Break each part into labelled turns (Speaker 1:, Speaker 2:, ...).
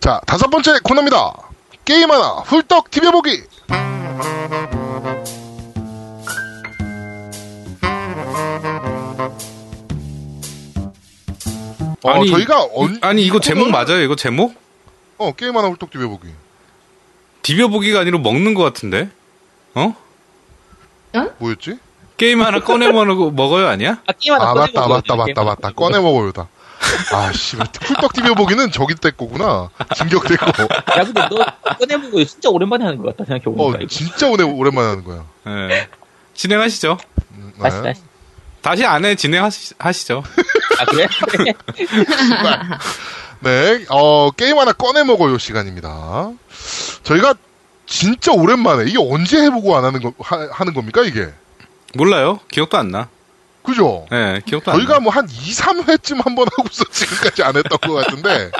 Speaker 1: 자, 다섯 번째 코너입니다. 게임 하나 훌떡 디벼보기. 어,
Speaker 2: 아니,
Speaker 1: 저희가 언,
Speaker 2: 이- 아니 이거 제목 맞아요? 이거 제목?
Speaker 1: 어, 게임 하나 훌떡 디벼보기.
Speaker 2: 디벼보기가 아니라 먹는 것 같은데? 어?
Speaker 1: 뭐였지?
Speaker 2: 게임 하나 꺼내 먹- 먹어요 아니야?
Speaker 3: 아, 게임하다
Speaker 1: 아,
Speaker 3: 꺼내
Speaker 1: 맞다,
Speaker 3: 먹어요,
Speaker 1: 맞다,
Speaker 3: 이렇게.
Speaker 1: 맞다, 맞다. 꺼내 먹어요다. 아, 씨, 훌떡 디벼보기는 저기 때 거구나. 진격 때 거.
Speaker 3: 야, 근데 너 꺼내 먹고 진짜 오랜만에 하는 것 같다 생각해보니까.
Speaker 1: 어,
Speaker 3: 이거.
Speaker 1: 진짜 오늘 오랜만에 하는 거야.
Speaker 2: 예. 진행하시죠.
Speaker 1: 음, 네.
Speaker 3: 다시, 다시.
Speaker 2: 다시 안 해 진행하시죠.
Speaker 3: 아, 그래?
Speaker 1: 네, 어, 게임 하나 꺼내 먹어요 시간입니다. 저희가 진짜 오랜만에, 이게 언제 해보고 안 하는, 거, 하, 는 겁니까, 이게?
Speaker 2: 몰라요. 기억도 안 나.
Speaker 1: 그죠?
Speaker 2: 예, 기억도 안
Speaker 1: 저희가
Speaker 2: 나.
Speaker 1: 뭐 한 2, 3회쯤 한 번 하고서 지금까지 안 했던 것 같은데,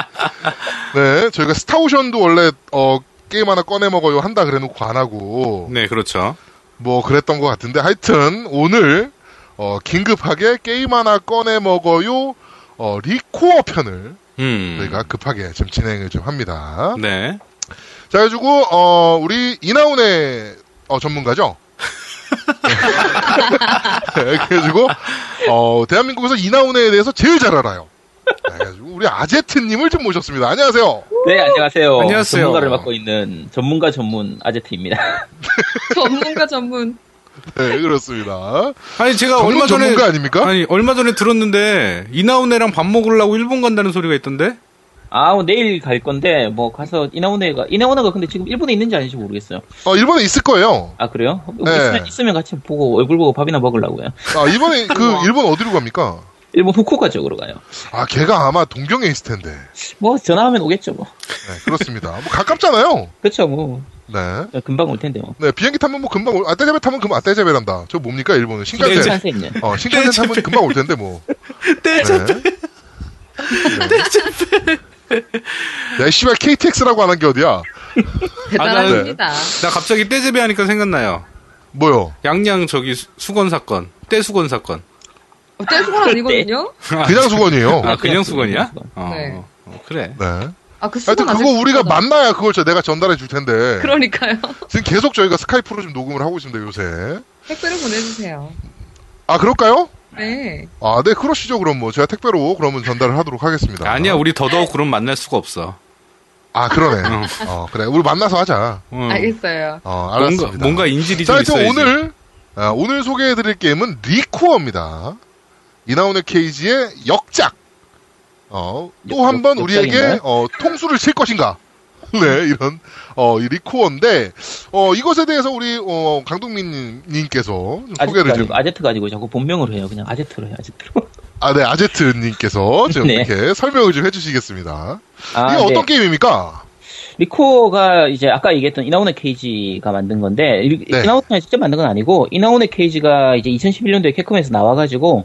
Speaker 1: 네, 저희가 스타오션도 원래, 어, 게임 하나 꺼내 먹어요 한다 그래 놓고 안 하고,
Speaker 2: 네, 그렇죠.
Speaker 1: 뭐 그랬던 것 같은데, 하여튼, 오늘, 어, 긴급하게 게임 하나 꺼내 먹어요, 어, 리코어 편을
Speaker 2: 음.
Speaker 1: 저희가 급하게 좀 진행을 좀 합니다.
Speaker 2: 네.
Speaker 1: 자, 그래가지고, 어, 우리 이나운의, 어, 전문가죠? 네, 그래가지고, 어, 대한민국에서 이나운에 대해서 제일 잘 알아요. 네, 그래가지고, 우리 아제트님을 좀 모셨습니다. 안녕하세요.
Speaker 3: 네, 안녕하세요.
Speaker 2: 안녕하세요.
Speaker 3: 전문가를 맡고 있는 전문가 전문 아제트입니다.
Speaker 4: 그 전문가 전문.
Speaker 1: 네, 그렇습니다.
Speaker 2: 아니 제가 얼마
Speaker 1: 전문
Speaker 2: 전에
Speaker 1: 전문가 아닙니까?
Speaker 2: 아니 얼마 전에 들었는데 이나운애랑 밥 먹으려고 일본 간다는 소리가 있던데.
Speaker 3: 아, 뭐 내일 갈 건데, 뭐, 가서, 이나오네가, 이나오네가 근데 지금 일본에 있는지 아닌지 모르겠어요.
Speaker 1: 어, 일본에 있을 거예요.
Speaker 3: 아, 그래요?
Speaker 1: 네.
Speaker 3: 있으면, 있으면 같이 보고, 얼굴 보고 밥이나 먹으려고요.
Speaker 1: 아, 이번에, 그, 일본 어디로 갑니까?
Speaker 3: 일본 후쿠오카 쪽으로 가요.
Speaker 1: 아, 걔가 아마 동경에 있을 텐데.
Speaker 3: 뭐, 전화하면 오겠죠, 뭐.
Speaker 1: 네, 그렇습니다. 뭐, 가깝잖아요.
Speaker 3: 그렇죠, 뭐.
Speaker 1: 네.
Speaker 3: 금방 올 텐데, 뭐.
Speaker 1: 네, 비행기 타면 뭐 금방, 올- 아떼제베 타면 금방 아떼제베란다. 저 뭡니까, 일본은? 신칸센.
Speaker 3: 괜찮세 있네.
Speaker 1: 어, 신칸센 타면 금방 올 텐데, 뭐. 떼잡배. 야, 이 씨발, KTX라고 안 한 게 어디야?
Speaker 4: 대단합니다.
Speaker 2: 나 갑자기 떼제비 하니까 생각나요.
Speaker 1: 뭐요?
Speaker 2: 양양 저기 수- 수건 사건, 떼 수건 사건.
Speaker 4: 어때 수건
Speaker 3: 네.
Speaker 4: 아니거든요?
Speaker 1: 어, 그냥 수건이에요.
Speaker 2: 아 그냥
Speaker 3: 그냥
Speaker 2: 수건이야?
Speaker 3: 수건.
Speaker 2: 어,
Speaker 4: 네.
Speaker 2: 어, 그래.
Speaker 1: 네.
Speaker 4: 아 그 수건
Speaker 1: 하여튼
Speaker 4: 아직
Speaker 1: 그거 우리가
Speaker 4: 비싸다.
Speaker 1: 만나야 그걸 저 내가 전달해 줄 텐데.
Speaker 4: 그러니까요.
Speaker 1: 지금 계속 저희가 스카이프로 지금 녹음을 하고 있습니다, 요새.
Speaker 4: 택배로 보내주세요.
Speaker 1: 아, 그럴까요?
Speaker 4: 네.
Speaker 1: 아, 네, 그러시죠, 그럼 뭐. 제가 택배로 그러면 전달을 하도록 하겠습니다.
Speaker 2: 아니야, 우리 더더욱 그럼 만날 수가 없어.
Speaker 1: 아, 그러네. 어, 그래. 우리 만나서 하자.
Speaker 2: 응.
Speaker 4: 아, 알겠어요.
Speaker 1: 어,
Speaker 2: 뭔가,
Speaker 1: 알았습니다.
Speaker 2: 뭔가 인질이
Speaker 1: 자, 하여튼
Speaker 2: 좀 있어야지.
Speaker 1: 오늘, 아, 오늘 소개해드릴 게임은 리코어입니다. 이나온의 케이지의 역작. 어, 또
Speaker 3: 역-
Speaker 1: 한 번
Speaker 3: 역-
Speaker 1: 우리에게
Speaker 3: 역작인가요?
Speaker 1: 어, 통수를 칠 것인가. 네, 이런, 어, 이 리코어인데, 어, 이것에 대해서 우리, 어, 강동민 님께서 좀 소개를
Speaker 3: 아제트가
Speaker 1: 좀,
Speaker 3: 아니고, 아제트가 아니고 자꾸 본명으로 해요. 그냥 아제트로 해요, 아제트로.
Speaker 1: 아, 네, 아제트 님께서 지금
Speaker 3: 네.
Speaker 1: 이렇게 설명을 좀 해주시겠습니다.
Speaker 3: 아,
Speaker 1: 이게
Speaker 3: 네.
Speaker 1: 어떤 게임입니까?
Speaker 3: 리코가 이제 아까 얘기했던 이나오네 케이지가 만든 건데 이-
Speaker 1: 네.
Speaker 3: 이나오네 직접 만든 건 아니고 이나오네 케이지가 이제 2011년도에 캡콤에서 나와가지고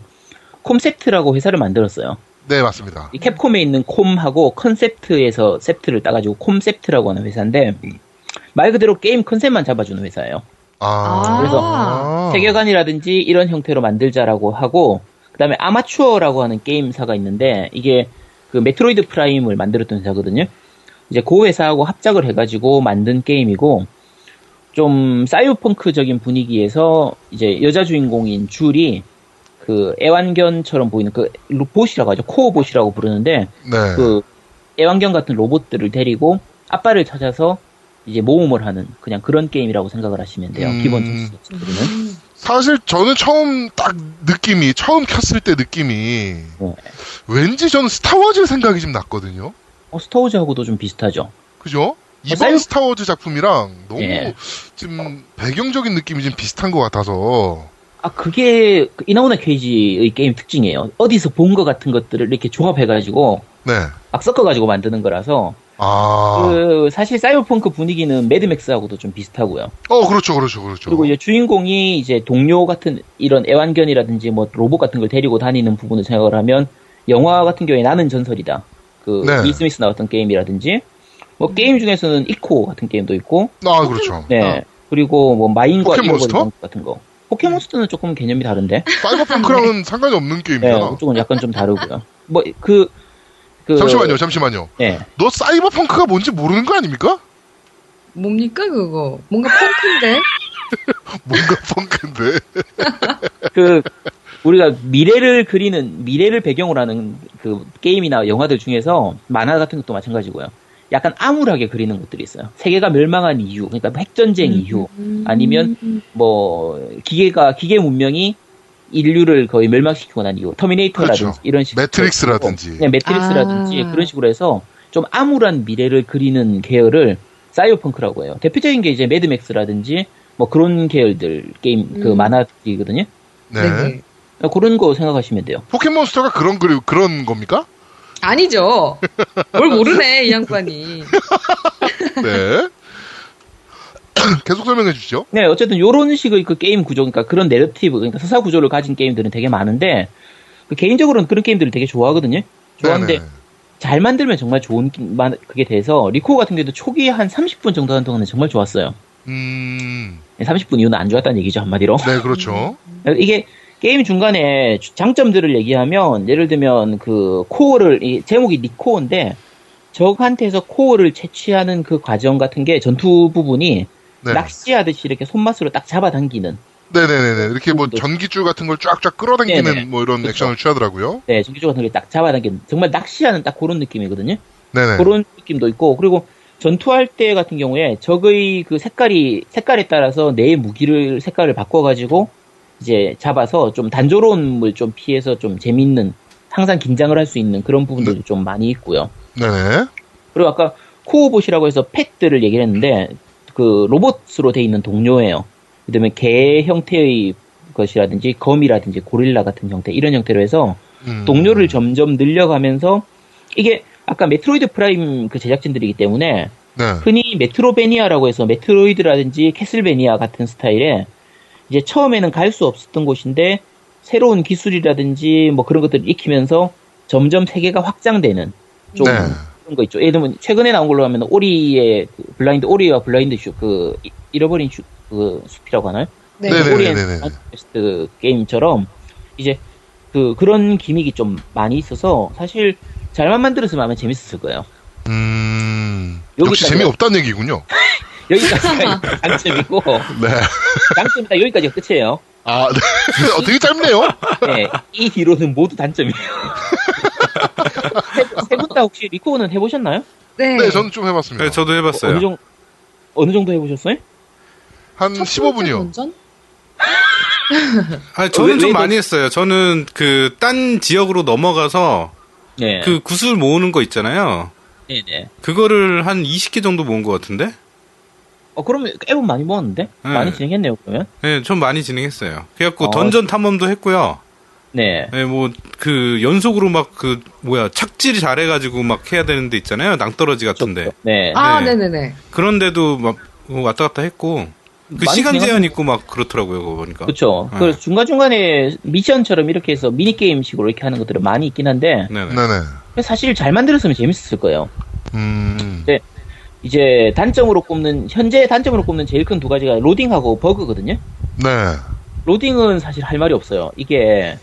Speaker 3: 콤셉트라고 회사를 만들었어요.
Speaker 1: 네, 맞습니다.
Speaker 3: 이 캡콤에 있는 콤하고 컨셉트에서 셉트를 따가지고 콤셉트라고 하는 회사인데 말 그대로 게임 컨셉만 잡아주는 회사예요.
Speaker 1: 아,
Speaker 3: 그래서
Speaker 1: 아.
Speaker 3: 세계관이라든지 이런 형태로 만들자라고 하고 그다음에 아마추어라고 하는 게임사가 있는데 이게 그 메트로이드 프라임을 만들었던 회사거든요. 이제 그 회사하고 합작을 해가지고 만든 게임이고 좀 사이버펑크적인 분위기에서 이제 여자 주인공인 줄이 그 애완견처럼 보이는 그 봇이라고 하죠. 코어봇이라고 부르는데
Speaker 1: 네.
Speaker 3: 그 애완견 같은 로봇들을 데리고 아빠를 찾아서 이제 모험을 하는 그냥 그런 게임이라고 생각을 하시면 돼요.
Speaker 1: 음.
Speaker 3: 기본적인 스토리는.
Speaker 1: 사실 저는 처음 딱 느낌이 처음 켰을 때 느낌이
Speaker 3: 네.
Speaker 1: 왠지 저는 스타워즈 생각이 좀 났거든요.
Speaker 3: 어, 스타워즈하고도 좀 비슷하죠.
Speaker 1: 그죠? 이번
Speaker 3: 사이버-
Speaker 1: 스타워즈 작품이랑 너무
Speaker 3: 어, 예.
Speaker 1: 지금 배경적인 느낌이 좀 비슷한 것 같아서
Speaker 3: 아, 그게 그 이나오나 케이지의 게임 특징이에요. 어디서 본 것 같은 것들을 이렇게 조합해가지고
Speaker 1: 네.
Speaker 3: 막 섞어가지고 만드는 거라서
Speaker 1: 아,
Speaker 3: 그 사실 사이버펑크 분위기는 매드맥스하고도 좀 비슷하고요.
Speaker 1: 어 그렇죠, 그렇죠, 그렇죠.
Speaker 3: 그리고 이제 주인공이 이제 동료 같은 이런 애완견이라든지 뭐 로봇 같은 걸 데리고 다니는 부분을 생각을 하면 영화 같은 경우에 나는 전설이다. 그
Speaker 1: 네.
Speaker 3: 윌 스미스 나왔던 게임이라든지 뭐 게임 중에서는 이코 같은 게임도 있고
Speaker 1: 아 그렇죠.
Speaker 3: 네. 그리고 뭐 마인과
Speaker 1: 포켓몬스터?
Speaker 3: 잃어버린 왕국 같은 거. 포켓몬스터는 조금 개념이 다른데.
Speaker 1: 사이버펑크랑은 상관이 없는
Speaker 3: 네,
Speaker 1: 게임이잖아.
Speaker 3: 그쪽은 약간 좀 다르고요. 뭐 그 그 그
Speaker 1: 잠시만요, 잠시만요.
Speaker 3: 예.
Speaker 1: 너 사이버펑크가 뭔지 모르는 거 아닙니까?
Speaker 4: 뭡니까 그거? 뭔가 펑크인데?
Speaker 1: 뭔가 펑크인데.
Speaker 3: 그 우리가 미래를 그리는 미래를 배경으로 하는 그 게임이나 영화들 중에서 만화 같은 것도 마찬가지고요. 약간 암울하게 그리는 것들이 있어요. 세계가 멸망한 이유, 그러니까 핵전쟁 이유,
Speaker 4: 음.
Speaker 3: 아니면 뭐 기계가 기계 문명이 인류를 거의 멸망시키고 난 이유, 터미네이터라든지
Speaker 1: 그렇죠.
Speaker 3: 이런 식으로
Speaker 1: 매트릭스라든지.
Speaker 3: 네, 매트릭스라든지
Speaker 4: 아.
Speaker 3: 그런 식으로 해서 좀 암울한 미래를 그리는 계열을 사이버펑크라고 해요. 대표적인 게 이제 매드맥스라든지 뭐 그런 계열들 게임 그
Speaker 4: 음.
Speaker 3: 만화들이거든요.
Speaker 1: 네.
Speaker 4: 네.
Speaker 3: 그런 거 생각하시면 돼요.
Speaker 1: 포켓몬스터가 그런 그리 그런 겁니까?
Speaker 4: 아니죠. 뭘 모르네 이 양반이.
Speaker 1: 네. 계속 설명해 주시죠.
Speaker 3: 네, 어쨌든 요런 식의 그 게임 구조, 그러니까 그런 내러티브, 그러니까 서사 구조를 가진 게임들은 되게 많은데, 그 개인적으로는 그런 게임들을 되게 좋아하거든요. 좋아하는데,
Speaker 1: 네네.
Speaker 3: 잘 만들면 정말 좋은, 게- 만- 그게 돼서, 리코 같은 경우도 초기에 한 30분 정도 하는 동안은 정말 좋았어요.
Speaker 1: 음,
Speaker 3: 30분 이후는 안 좋았다는 얘기죠, 한마디로.
Speaker 1: 네, 그렇죠.
Speaker 3: 이게 게임 중간에 주- 장점들을 얘기하면 예를 들면 그 코어를 이 제목이 리코어인데 적한테서 코어를 채취하는 그 과정 같은 게 전투 부분이
Speaker 1: 네.
Speaker 3: 낚시하듯이 이렇게 손맛으로 딱 잡아당기는
Speaker 1: 네네네. 이렇게 뭐
Speaker 3: 네.
Speaker 1: 전기줄 같은 걸 쫙쫙 끌어당기는
Speaker 3: 네네.
Speaker 1: 뭐 이런
Speaker 3: 그렇죠.
Speaker 1: 액션을 취하더라고요.
Speaker 3: 네 전기조 같은 게 딱 잡아당기는 정말 낚시하는 딱 그런 느낌이거든요
Speaker 1: 네네.
Speaker 3: 그런 느낌도 있고 그리고 전투할 때 같은 경우에 적의 그 색깔이 색깔에 따라서 내 무기를 색깔을 바꿔가지고 이제 잡아서 좀 단조로움을 좀 피해서 좀 재밌는 항상 긴장을 할 수 있는 그런 부분들도 좀 많이 있고요.
Speaker 1: 네네.
Speaker 3: 그리고 아까 코어봇이라고 해서 펫들을 얘기를 했는데 그 로봇으로 돼 있는 동료예요. 그다음에 개 형태의 것이라든지 거미라든지 고릴라 같은 형태 이런 형태로 해서
Speaker 1: 음.
Speaker 3: 동료를 점점 늘려가면서 이게 아까 메트로이드 프라임 그 제작진들이기 때문에
Speaker 1: 네.
Speaker 3: 흔히 메트로베니아라고 해서 메트로이드라든지 캐슬베니아 같은 스타일에 이제 처음에는 갈 수 없었던 곳인데 새로운 기술이라든지 뭐 그런 것들을 익히면서 점점 세계가 확장되는 좀
Speaker 1: 네.
Speaker 3: 그런 거 있죠. 예를 들면 최근에 나온 걸로 하면 오리의 그 블라인드 오리와 블라인드 슈그 잃어버린 슈그 숲이라고 하나요?
Speaker 4: 네.
Speaker 1: 네네.
Speaker 3: 오리엔
Speaker 1: 네네네네.
Speaker 3: 테스트 게임처럼 이제 그 그런 기믹이 좀 많이 있어서 사실 잘만 만들었으면 아마 재밌었을 거예요.
Speaker 1: 음. 역시
Speaker 3: 여기까지요?
Speaker 1: 재미없다는 얘기군요.
Speaker 3: 여기까지가 장점이고
Speaker 1: 네.
Speaker 3: 장점이 딱 여기까지가 끝이에요.
Speaker 1: 아, 네. 어, 되게 짧네요.
Speaker 3: 네, 이 뒤로는 모두 단점이에요. 세분 다 혹시 리코는 해보셨나요?
Speaker 4: 네.
Speaker 1: 네, 저는 좀 해봤습니다.
Speaker 2: 네, 저도 해봤어요.
Speaker 3: 어느 정도 어느 정도 해보셨어요?
Speaker 1: 한
Speaker 4: 첫 번째
Speaker 1: 15분이요.
Speaker 4: 운전?
Speaker 2: 아니, 저는
Speaker 3: 왜-
Speaker 2: 좀
Speaker 3: 왜
Speaker 2: 많이 했어요. 저는 그 딴 지역으로 넘어가서
Speaker 3: 네,
Speaker 2: 그 구슬 모으는 거 있잖아요.
Speaker 3: 네, 네.
Speaker 2: 그거를 한 20개 정도 모은 것 같은데?
Speaker 3: 어 그러면 앱은 많이 모았는데 많이 진행했네요 그러면.
Speaker 2: 네, 좀 많이 진행했어요. 그래갖고
Speaker 3: 어.
Speaker 2: 던전 탐험도 했고요.
Speaker 3: 네,
Speaker 2: 네, 뭐, 그, 연속으로 막, 그, 뭐야, 착질 잘해가지고 막 해야 되는데 있잖아요. 낭떠러지 같은데.
Speaker 3: 네.
Speaker 4: 아,
Speaker 2: 네.
Speaker 4: 네네네.
Speaker 2: 그런데도 막, 어, 왔다 갔다 했고. 그
Speaker 3: 많이
Speaker 2: 시간
Speaker 3: 진행한-
Speaker 2: 제한 있고 막 그렇더라고요, 그거 보니까.
Speaker 3: 그렇죠.
Speaker 2: 네.
Speaker 3: 그래서 중간 중간에 미션처럼 이렇게 해서 미니 게임식으로 이렇게 하는 것들은 많이 있긴 한데
Speaker 2: 네네.
Speaker 1: 네네.
Speaker 2: 음.
Speaker 3: 사실 잘 만들었으면 재밌었을 거예요.
Speaker 1: 음.
Speaker 3: 네. 이제 단점으로 꼽는 현재 단점으로 꼽는 제일 큰 두 가지가 로딩하고 버그거든요.
Speaker 1: 네.
Speaker 3: 로딩은 사실 할 말이 없어요. 이게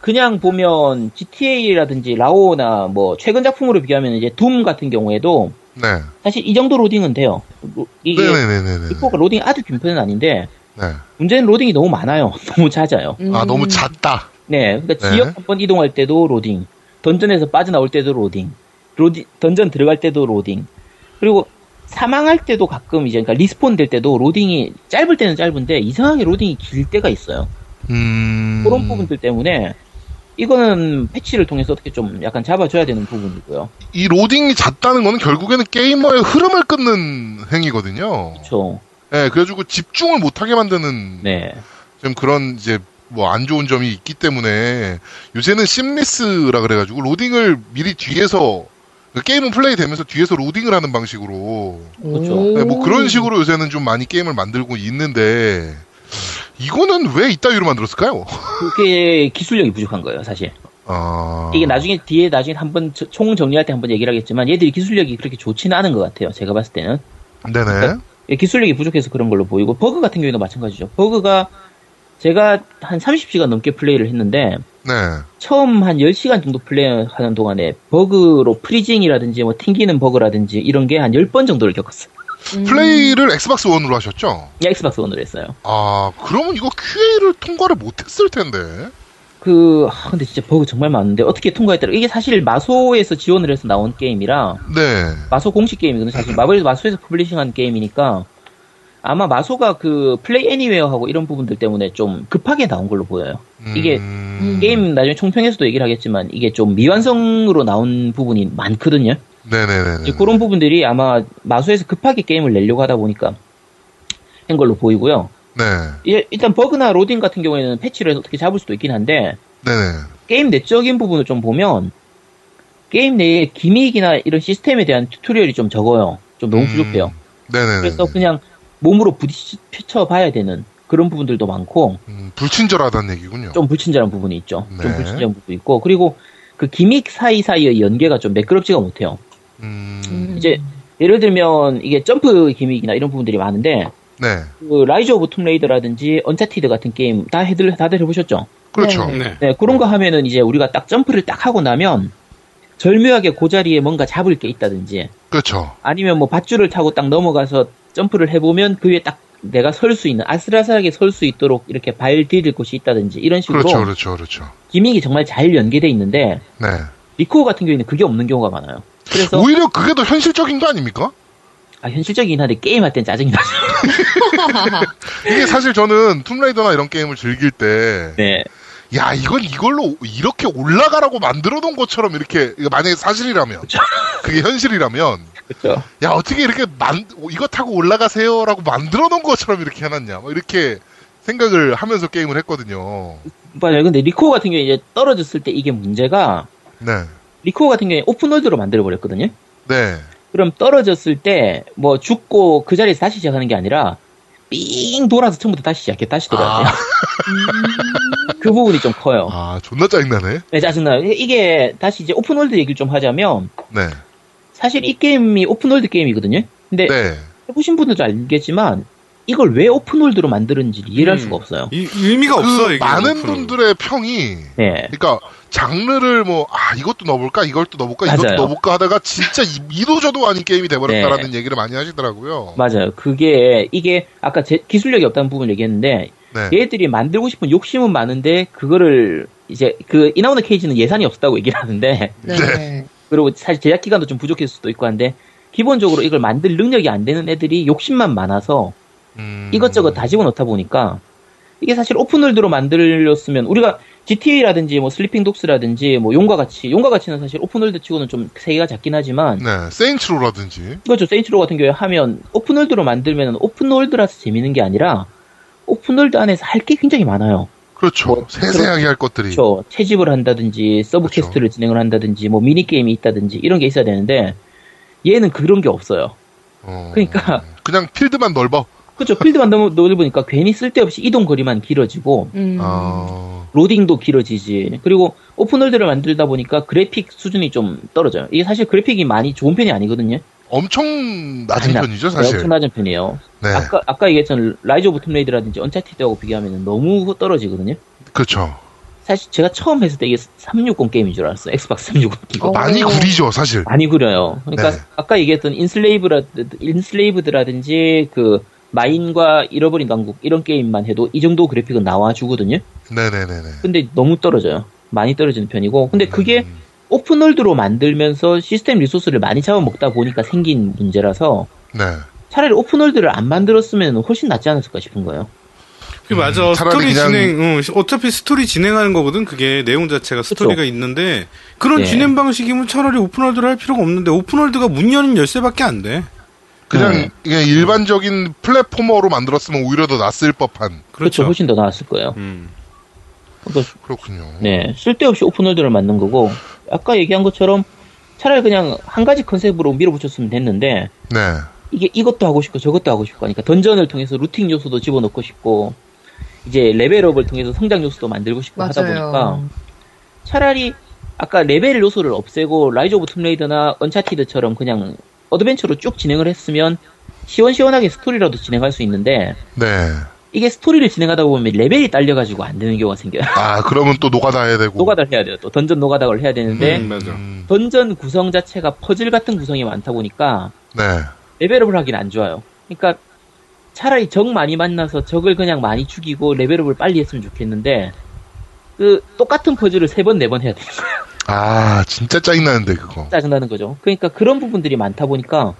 Speaker 3: 그냥 보면 GTA라든지 라오나 뭐 최근 작품으로 비교하면 이제 둠 같은 경우에도
Speaker 1: 네.
Speaker 3: 사실 이 정도 로딩은 돼요. 로- 이게
Speaker 1: 네네네네네.
Speaker 3: 리포가 로딩 아주 긴 편은 아닌데
Speaker 1: 네.
Speaker 3: 문제는 로딩이 너무 많아요. 너무 잦아요.
Speaker 4: 음.
Speaker 1: 아, 너무 잦다.
Speaker 3: 네, 그러니까
Speaker 1: 네.
Speaker 3: 지역 한 번 이동할 때도 로딩, 던전에서 빠져나올 때도 로딩, 로딩, 던전 들어갈 때도 로딩, 그리고 사망할 때도 가끔 이제 그러니까 리스폰 될 때도 로딩이 짧을 때는 짧은데 이상하게 로딩이 길 때가 있어요.
Speaker 1: 음.
Speaker 3: 그런 부분들 때문에 이거는 패치를 통해서 어떻게 좀 약간 잡아줘야 되는 부분이고요.
Speaker 1: 이 로딩이 잦다는 거는 결국에는 게이머의 흐름을 끊는 행위거든요.
Speaker 3: 그렇죠.
Speaker 1: 예, 그래가지고 집중을 못하게 만드는
Speaker 3: 네,
Speaker 1: 좀 그런 이제 뭐 안 좋은 점이 있기 때문에 요새는 심리스라 그래가지고 로딩을 미리 뒤에서 그러니까 게임은 플레이 되면서 뒤에서 로딩을 하는 방식으로
Speaker 3: 그렇죠.
Speaker 1: 네, 뭐 그런 식으로 요새는 좀 많이 게임을 만들고 있는데 이거는 왜 이따위로 만들었을까요?
Speaker 3: 그게 기술력이 부족한 거예요, 사실.
Speaker 1: 아...
Speaker 3: 이게 나중에 뒤에 나중에 한번 저- 총 정리할 때 한번 얘기를 하겠지만 얘들이 기술력이 그렇게 좋지는 않은 것 같아요. 제가 봤을 때는.
Speaker 1: 네네
Speaker 3: 예, 기술력이 부족해서 그런 걸로 보이고 버그 같은 경우에도 마찬가지죠. 버그가 제가 한 30시간 넘게 플레이를 했는데
Speaker 1: 네.
Speaker 3: 처음 한 10시간 정도 플레이하는 동안에 버그로 프리징이라든지 뭐 튕기는 버그라든지 이런 게 한 10번 정도를 겪었어요.
Speaker 4: 음.
Speaker 1: 플레이를 엑스박스 원으로 하셨죠?
Speaker 3: 예, 엑스박스 원으로 했어요.
Speaker 1: 아, 그러면 이거 QA를 통과를 못했을 텐데.
Speaker 3: 그, 아, 근데 진짜 버그 정말 많은데 어떻게 통과했더라. 이게 사실 마소에서 지원을 해서 나온 게임이라
Speaker 1: 네.
Speaker 3: 마소 공식 게임이거든요. 사실 마블에서 마소에서 publishing한 게임이니까 아마 마소가 그 플레이 애니웨어하고 이런 부분들 때문에 좀 급하게 나온 걸로 보여요. 이게
Speaker 1: 음,
Speaker 3: 게임 나중에 총평에서도 얘기를 하겠지만 이게 좀 미완성으로 나온 부분이 많거든요.
Speaker 1: 네네네.
Speaker 3: 이제 그런 부분들이 아마 마소에서 급하게 게임을 내려고 하다 보니까 한 걸로 보이고요.
Speaker 1: 네.
Speaker 3: 일- 일단 버그나 로딩 같은 경우에는 패치를 해서 어떻게 잡을 수도 있긴 한데
Speaker 1: 네네.
Speaker 3: 게임 내적인 부분을 좀 보면 게임 내에 기믹이나 이런 시스템에 대한 튜토리얼이 좀 적어요. 좀 너무
Speaker 1: 음,
Speaker 3: 부족해요.
Speaker 1: 네네네.
Speaker 3: 그래서 그냥 몸으로 부딪혀 봐야 되는 그런 부분들도 많고
Speaker 1: 음, 불친절하다는 얘기군요.
Speaker 3: 좀 불친절한 부분이 있죠. 좀
Speaker 1: 네.
Speaker 3: 불친절한 부분이 있고 그리고 그 기믹 사이사이의 연계가 좀 매끄럽지가 못해요.
Speaker 1: 음,
Speaker 4: 음.
Speaker 3: 이제 예를 들면 이게 점프 기믹이나 이런 부분들이 많은데
Speaker 1: 네.
Speaker 3: 그 라이즈 오브 툼레이더라든지 언차티드 같은 게임 다 해들 다들 해보셨죠?
Speaker 1: 그렇죠.
Speaker 2: 네.
Speaker 3: 네 그런 거 하면은 이제 우리가 딱 점프를 딱 하고 나면 절묘하게 그 자리에 뭔가 잡을 게 있다든지
Speaker 1: 그렇죠.
Speaker 3: 아니면 뭐 밧줄을 타고 딱 넘어가서 점프를 해보면 그 위에 딱 내가 설 수 있는 아슬아슬하게 설 수 있도록 이렇게 발 디딜 곳이 있다든지 이런 식으로
Speaker 1: 그렇죠. 그렇죠. 그렇죠.
Speaker 3: 기믹이 정말 잘 연계돼 있는데
Speaker 1: 네.
Speaker 3: 리코어 같은 경우에는 그게 없는 경우가 많아요. 그래서
Speaker 1: 오히려 그게 더 현실적인 거 아닙니까?
Speaker 3: 아, 현실적이긴 한데 게임 할 땐 짜증이 나죠.
Speaker 1: 이게 사실 저는 툼레이더나 이런 게임을 즐길 때,
Speaker 3: 네.
Speaker 1: 야, 이건 이걸로 이렇게 올라가라고 만들어 놓은 것처럼 이렇게, 이거 만약에 사실이라면, 그게 현실이라면,
Speaker 3: 그렇죠.
Speaker 1: 야, 어떻게 이렇게 만, 이거 타고 올라가세요라고 만들어 놓은 것처럼 이렇게 해놨냐. 뭐 이렇게 생각을 하면서 게임을 했거든요.
Speaker 3: 맞아요. 네, 근데 리코어 같은 경우에 이제 떨어졌을 때 이게 문제가
Speaker 1: 네.
Speaker 3: 리코어 같은 경우에 오픈월드로 만들어 버렸거든요.
Speaker 1: 네.
Speaker 3: 그럼 떨어졌을 때 뭐 죽고 그 자리에서 다시 시작하는 게 아니라 삥 돌아서 처음부터 다시 시작해 다시 돌아야 돼요. 그 부분이 좀 커요.
Speaker 1: 아, 존나 짜증나네.
Speaker 3: 네, 짜증나요. 이게- 이게 다시 이제 오픈월드 얘기를 좀 하자면
Speaker 1: 네.
Speaker 3: 사실 이 게임이 오픈월드 게임이거든요. 근데
Speaker 1: 네.
Speaker 3: 해보신 분들도 알겠지만 이걸 왜 오픈월드로 만드는지 이해할
Speaker 2: 음.
Speaker 3: 수가 없어요.
Speaker 2: 이, 의미가 아, 없어
Speaker 1: 그
Speaker 2: 이게.
Speaker 1: 많은
Speaker 2: 앞으로.
Speaker 1: 분들의 평이
Speaker 3: 네.
Speaker 1: 그러니까 장르를 뭐 아 이것도 넣어볼까 이것도 넣어볼까 이것도
Speaker 3: 맞아요.
Speaker 1: 넣어볼까 하다가 진짜 이- 이도저도 아닌 게임이 돼버렸다라는
Speaker 3: 네.
Speaker 1: 얘기를 많이 하시더라고요.
Speaker 3: 맞아요. 그게 이게 아까 제 기술력이 없다는 부분을 얘기했는데
Speaker 1: 네.
Speaker 3: 얘들이 만들고 싶은 욕심은 많은데 그거를 이제 그 이나오나 케이지는 예산이 없었다고 얘기를 하는데
Speaker 4: 네.
Speaker 3: 그리고 사실 제작 기간도 좀 부족했을 수도 있고 한데 기본적으로 이걸 만들 능력이 안 되는 애들이 욕심만 많아서
Speaker 1: 음.
Speaker 3: 이것저것 다 집어넣다 보니까 이게 사실 오픈월드로 만들었으면 우리가 GTA라든지 뭐 슬리핑 독스라든지 뭐 용과 같이 용과 같이는 사실 오픈월드 치고는 좀 세계가 작긴 하지만
Speaker 1: 네. 세인츠로라든지.
Speaker 3: 그렇죠 세인트로 같은 경우에 하면 오픈월드로 만들면 오픈월드라서 재밌는 게 아니라 오픈월드 안에서 할 게 굉장히 많아요.
Speaker 1: 그렇죠.
Speaker 3: 뭐,
Speaker 1: 세세하게 할 것들이.
Speaker 3: 그렇죠. 채집을 한다든지 서브
Speaker 1: 음. 그렇죠.
Speaker 3: 퀘스트를 진행을 한다든지 뭐 미니 게임이 있다든지 이런 게 있어야 되는데 얘는 그런 게 없어요.
Speaker 1: 어,
Speaker 3: 그러니까.
Speaker 1: 그냥 필드만 넓어.
Speaker 3: 그렇죠. 필드만 너무 넓으니까 괜히 쓸데없이 이동 거리만 길어지고
Speaker 4: 음.
Speaker 1: 어,
Speaker 3: 로딩도 길어지지. 그리고 오픈월드를 만들다 보니까 그래픽 수준이 좀 떨어져요. 이게 사실 그래픽이 많이 좋은 편이 아니거든요.
Speaker 1: 엄청 낮은
Speaker 3: 아니나-
Speaker 1: 편이죠 사실.
Speaker 3: 엄청 낮은 편이에요.
Speaker 1: 네.
Speaker 3: 아까, 아까 얘기했던 라이즈 오브 툼레이드라든지 언차티드하고 비교하면 너무 떨어지거든요.
Speaker 1: 그렇죠.
Speaker 3: 사실 제가 처음 했을 때 이게 360 게임인 줄 알았어요. 엑스박스 360 끼고.
Speaker 4: 어.
Speaker 1: 많이 구리죠 사실.
Speaker 3: 많이 그려요. 그러니까
Speaker 1: 네.
Speaker 3: 아까 얘기했던 인슬레이브라, 인슬레이브드라든지 그 마인과 잃어버린 왕국 이런 게임만 해도 이 정도 그래픽은 나와주거든요.
Speaker 1: 네네네네.
Speaker 3: 근데 너무 떨어져요. 많이 떨어지는 편이고. 근데 그게
Speaker 1: 음,
Speaker 3: 오픈월드로 만들면서 시스템 리소스를 많이 잡아먹다 보니까 생긴 문제라서
Speaker 1: 네.
Speaker 3: 차라리 오픈월드를 안 만들었으면 훨씬 낫지 않았을까 싶은 거예요.
Speaker 2: 그 맞아.
Speaker 1: 음, 차라리
Speaker 2: 스토리
Speaker 1: 그냥-
Speaker 2: 진행. 응, 어차피 스토리 진행하는 거거든. 그게 내용 자체가 스토리가 있는데 그런
Speaker 1: 예.
Speaker 3: 네.
Speaker 2: 진행 방식이면 차라리 오픈월드를 할 필요가 없는데 오픈월드가 문 여는 열쇠밖에 안 돼.
Speaker 1: 그냥,
Speaker 3: 네.
Speaker 1: 그냥 일반적인 플랫포머로 만들었으면 오히려 더 낫을 법한
Speaker 3: 그렇죠.
Speaker 2: 그렇죠.
Speaker 3: 훨씬 더 나았을 거예요.
Speaker 2: 음.
Speaker 3: 그래서,
Speaker 1: 그렇군요.
Speaker 3: 네, 쓸데없이 오픈월드를 만든 거고, 아까 얘기한 것처럼 차라리 그냥 한 가지 컨셉으로 밀어붙였으면 됐는데,
Speaker 1: 네.
Speaker 3: 이게 이것도 하고 싶고 저것도 하고 싶고 하니까 던전을 통해서 루팅 요소도 집어넣고 싶고, 이제 레벨업을 통해서 성장 요소도 만들고 싶고 하다 보니까,
Speaker 4: 맞아요.
Speaker 3: 차라리 아까 레벨 요소를 없애고 라이즈 오브 툼레이더나 언차티드처럼 그냥 어드벤처로 쭉 진행을 했으면 시원시원하게 스토리라도 진행할 수 있는데
Speaker 1: 네.
Speaker 3: 이게 스토리를 진행하다 보면 레벨이 딸려가지고 안 되는 경우가 생겨요.
Speaker 1: 아, 그러면 또 노가다 해야 되고.
Speaker 3: 노가다를 해야 돼요. 또 던전 노가다를 해야 되는데
Speaker 2: 음, 맞아.
Speaker 1: 음,
Speaker 3: 던전 구성 자체가 퍼즐 같은 구성이 많다 보니까
Speaker 1: 네.
Speaker 3: 레벨업을 하긴 안 좋아요. 그러니까 차라리 적 많이 만나서 적을 그냥 많이 죽이고 레벨업을 빨리 했으면 좋겠는데 그 똑같은 퍼즐을 세 번 네 번 해야 돼요.
Speaker 1: 아, 진짜 짜증나는데, 그거.
Speaker 3: 짜증나는 거죠. 그러니까 그런 부분들이 많다 보니까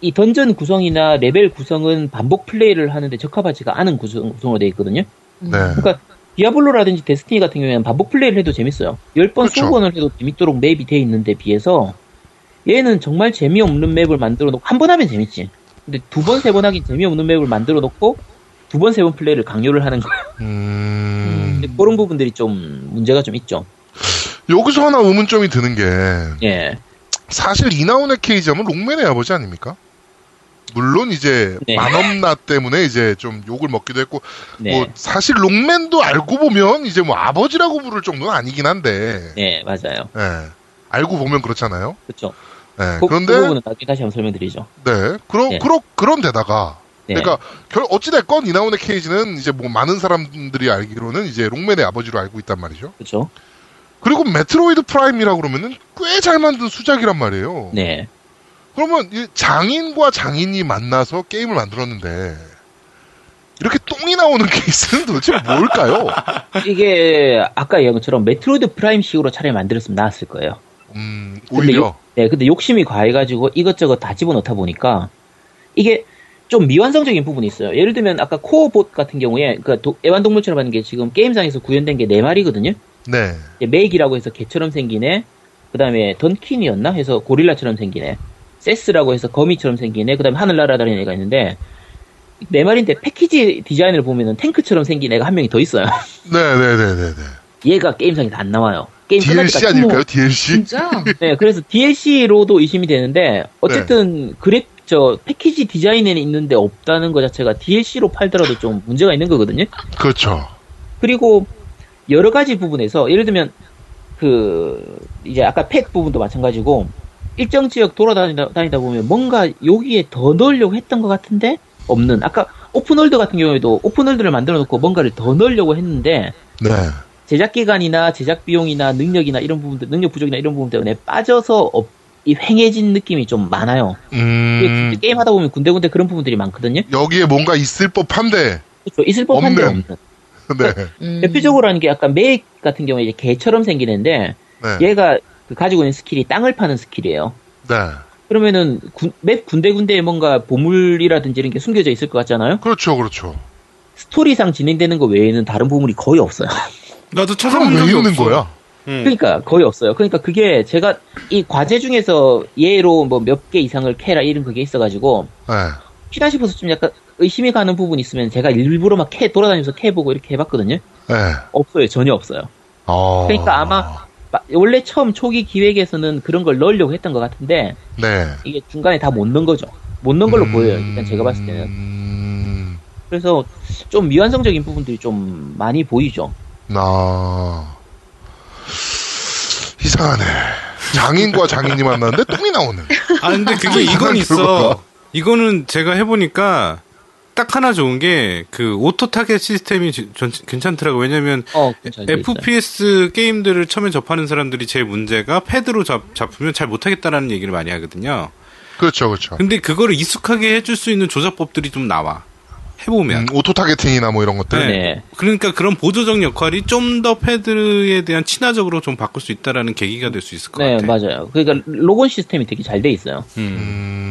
Speaker 3: 이 던전 구성이나 레벨 구성은 반복 플레이를 하는데 적합하지가 않은 구성, 구성으로 되어 있거든요.
Speaker 4: 음.
Speaker 1: 네.
Speaker 3: 그러니까 디아블로라든지 데스티니 같은 경우에는 반복 플레이를 해도 재밌어요. 10번
Speaker 1: 그쵸.
Speaker 3: 소원을 해도 재밌도록 맵이 돼 있는데 비해서 얘는 정말 재미없는 맵을 만들어 놓고 한 번 하면 재밌지. 근데 두 번, 세 번 하긴 재미없는 맵을 만들어 놓고 두 번, 세 번 플레이를 강요를 하는 거예요.
Speaker 1: 음,
Speaker 3: 근데 그런 부분들이 좀 문제가 좀 있죠.
Speaker 1: 여기서 하나 의문점이 드는 게,
Speaker 3: 예.
Speaker 1: 사실 이나온의 케이지 하면 롱맨의 아버지 아닙니까? 물론 이제
Speaker 3: 네.
Speaker 1: 만업나 때문에 이제 좀 욕을 먹기도 했고
Speaker 3: 네.
Speaker 1: 뭐 사실 롱맨도 알고 보면 이제 뭐 아버지라고 부를 정도는 아니긴 한데
Speaker 3: 네, 맞아요.
Speaker 1: 예. 알고 보면 그렇잖아요.
Speaker 3: 그렇죠.
Speaker 1: 예.
Speaker 3: 그, 그
Speaker 1: 그런데
Speaker 3: 부분은 나중에 다시 한번 설명드리죠.
Speaker 1: 네 그러
Speaker 3: 네.
Speaker 1: 그러 그럼 데다가
Speaker 3: 네.
Speaker 1: 그러니까 결 어찌됐건 이나온의 케이지는 이제 뭐 많은 사람들이 알기로는 이제 롱맨의 아버지로 알고 있단 말이죠.
Speaker 3: 그렇죠.
Speaker 1: 그리고 메트로이드 프라임이라고 그러면은 꽤 잘 만든 수작이란 말이에요.
Speaker 3: 네.
Speaker 1: 그러면 이 장인과 장인이 만나서 게임을 만들었는데 이렇게 똥이 나오는 케이스는 도대체 뭘까요?
Speaker 3: 이게 아까 얘기한 것처럼 메트로이드 프라임식으로 차라리 만들었으면 나았을 거예요.
Speaker 1: 음,
Speaker 3: 근데
Speaker 1: 오히려
Speaker 3: 욕- 네, 근데 욕심이 과해가지고 이것저것 다 집어넣다 보니까 이게 좀 미완성적인 부분이 있어요. 예를 들면 아까 코어봇 같은 경우에 그 도- 애완동물처럼 하는 게 지금 게임상에서 구현된 게 네 마리거든요.
Speaker 1: 네,
Speaker 3: 이제 맥이라고 해서 개처럼 생기네. 그다음에 던킨이었나 해서 고릴라처럼 생기네. 세스라고 해서 거미처럼 생기네. 그다음에 하늘 날아다니는 애가 있는데 네 마리인데 패키지 디자인을 보면은 탱크처럼 생긴 애가 한 명이 더 있어요.
Speaker 1: 네, 네, 네, 네, 네.
Speaker 3: 얘가 게임상에 다 안 나와요. 게임 끝날
Speaker 1: DLC
Speaker 3: 때까지
Speaker 1: 아닐까요? DLC?
Speaker 4: 진짜?
Speaker 3: 네, 그래서 DLC로도 의심이 되는데 어쨌든 그래 저 패키지 디자인에는 있는데 없다는 것 자체가 DLC로 팔더라도 좀 문제가 있는 거거든요.
Speaker 1: 그렇죠.
Speaker 3: 그리고 여러 가지 부분에서 예를 들면 그 이제 아까 팩 부분도 마찬가지고 일정 지역 돌아다니다 다니다 보면 뭔가 여기에 더 넣으려고 했던 것 같은데 없는 아까 오픈월드 같은 경우에도 오픈월드를 만들어 놓고 뭔가를 더 넣으려고 했는데
Speaker 1: 네,
Speaker 3: 제작 기간이나 제작 비용이나 능력이나 이런 부분들, 능력 부족이나 이런 부분 때문에 빠져서 없- 이 횡해진 느낌이 좀 많아요.
Speaker 1: 음,
Speaker 3: 게임 하다 보면 군데군데 그런 부분들이 많거든요.
Speaker 1: 여기에 뭔가 있을 법한데,
Speaker 3: 그렇죠. 있을 법한데
Speaker 1: 없는.
Speaker 3: 없는.
Speaker 1: 네,
Speaker 4: 음.
Speaker 3: 대표적으로 하는 게 약간 메이 같은 경우에 이제 개처럼 생긴 애인데
Speaker 1: 네,
Speaker 3: 얘가 그 가지고 있는 스킬이 땅을 파는 스킬이에요.
Speaker 1: 네,
Speaker 3: 그러면은 군- 맵 군데군데에 뭔가 보물이라든지 이런 게 숨겨져 있을 것 같잖아요.
Speaker 1: 그렇죠, 그렇죠.
Speaker 3: 스토리상 진행되는 거 외에는 다른 보물이 거의 없어요.
Speaker 2: 나도 찾아본
Speaker 1: 그럼 왜
Speaker 2: 적이
Speaker 1: 있는
Speaker 2: 없어.
Speaker 1: 거야?
Speaker 2: 음.
Speaker 3: 그러니까 거의 없어요. 그러니까 그게 제가 이 과제 중에서 예로 뭐 몇 개 이상을 캐라 이런 그게 있어가지고
Speaker 1: 네,
Speaker 3: 피나 싶어서 좀 약간 의심이 가는 부분이 있으면 제가 일부러 막 캐 돌아다니면서 캐보고 이렇게 해봤거든요.
Speaker 1: 네.
Speaker 3: 없어요. 전혀 없어요.
Speaker 1: 어,
Speaker 3: 그러니까 아마 마- 원래 처음 초기 기획에서는 그런 걸 넣으려고 했던 것 같은데
Speaker 1: 네.
Speaker 3: 이게 중간에 다 못 넣은 거죠. 못 넣은 걸로
Speaker 1: 음,
Speaker 3: 보여요. 일단 제가 봤을 때는.
Speaker 1: 음,
Speaker 3: 그래서 좀 미완성적인 부분들이 좀 많이 보이죠.
Speaker 1: 나 이상하네. 장인과 장인이 만났는데 똥이 나오네.
Speaker 2: 아 근데 그게 이건 있어. 이거는 제가 해보니까 딱 하나 좋은 게 그 오토 타겟 시스템이 지- 전- 괜찮더라고. 왜냐면
Speaker 3: 어, 괜찮아요.
Speaker 2: FPS 게임들을 처음에 접하는 사람들이 제일 문제가 패드로 잡, 잡으면 잘 못하겠다라는 얘기를 많이 하거든요.
Speaker 1: 그렇죠,
Speaker 3: 음,
Speaker 1: 그렇죠.
Speaker 2: 근데 그거를 익숙하게 해줄 수 있는 조작법들이 좀 나와. 해보면.
Speaker 1: 음, 오토 타겟팅이나 뭐 이런 것들.
Speaker 2: 네.
Speaker 3: 네.
Speaker 2: 그러니까 그런 보조적 역할이 좀 더 패드에 대한 친화적으로 좀 바꿀 수 있다라는 계기가 될 수 있을 것
Speaker 3: 네,
Speaker 2: 같아.
Speaker 3: 맞아요. 그러니까 로건 시스템이 되게 잘 돼 있어요.
Speaker 2: 음.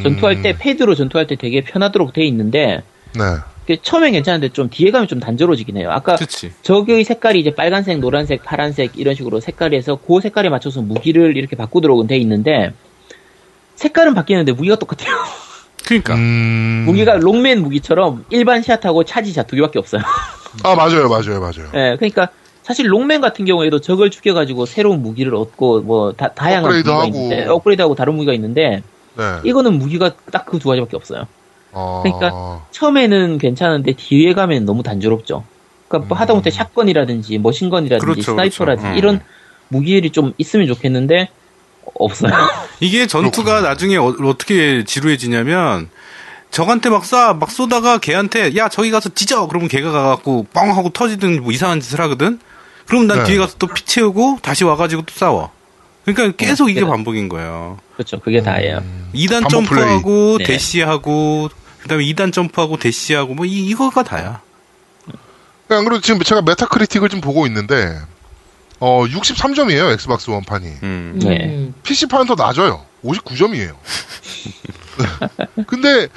Speaker 1: 음,
Speaker 3: 전투할 때 패드로 전투할 때 되게 편하도록 돼 있는데
Speaker 1: 네,
Speaker 3: 그 처음엔 괜찮은데 좀 뒤에 가면 좀 단조로워지긴 해요. 아까
Speaker 2: 그치.
Speaker 3: 적의 색깔이 이제 빨간색, 노란색, 파란색 이런 식으로 색깔이 해서 그 색깔에 맞춰서 무기를 이렇게 바꾸도록 돼 있는데 색깔은 바뀌는데 무기가 똑같아요.
Speaker 2: 그러니까.
Speaker 1: 음,
Speaker 3: 무기가 롱맨 무기처럼 일반 샷하고 차지샷 두 개밖에 없어요.
Speaker 1: 아 맞아요, 맞아요, 맞아요.
Speaker 3: 예, 그러니까 사실 롱맨 같은 경우에도 적을 죽여가지고 새로운 무기를 얻고 뭐 다, 다양한 무기가
Speaker 1: 업그레이드하고.
Speaker 3: 있는데 업그레이드하고 다른 무기가 있는데
Speaker 1: 네.
Speaker 3: 이거는 무기가 딱 그 두 가지밖에 없어요.
Speaker 1: 어,
Speaker 3: 그러니까- 처음에는 괜찮은데 뒤에 가면 너무 단조롭죠. 그러니까
Speaker 1: 음.
Speaker 3: 뭐 하다못해 샷건이라든지 머신건이라든지
Speaker 2: 그렇죠,
Speaker 3: 스나이퍼라든지
Speaker 2: 그렇죠. 음.
Speaker 3: 이런 무기들이 좀 있으면 좋겠는데 없어요.
Speaker 2: 음. 이게 전투가
Speaker 1: 그렇군요.
Speaker 2: 나중에 어, 떻게 지루해지냐면 적한테 막 쏴, 막 쏘다가 걔한테, 야, 저기 가서 찢어! 그러면 걔가 가갖고, 뻥! 하고 터지든 뭐 이상한 짓을 하거든? 그럼 난
Speaker 1: 네.
Speaker 2: 뒤에 가서 또 피 채우고, 다시 와가지고 또 싸워. 그러니까
Speaker 1: 네.
Speaker 2: 계속 이게 반복인 거예요.
Speaker 3: 그렇죠.
Speaker 2: 음.
Speaker 3: 그게 다예요.
Speaker 2: 2단
Speaker 1: 반복 플레이.
Speaker 2: 점프하고,
Speaker 3: 네.
Speaker 2: 대시하고, 그 다음에 2단 점프하고, 대시하고, 뭐, 이, 이거가 다야.
Speaker 1: 안 그래도 지금 제가 메타크리틱을 좀 보고 있는데 어 63점이에요 엑스박스 원판이
Speaker 2: 음.
Speaker 3: 네.
Speaker 4: 음.
Speaker 1: PC판은 더 낮아요 59점이에요 근데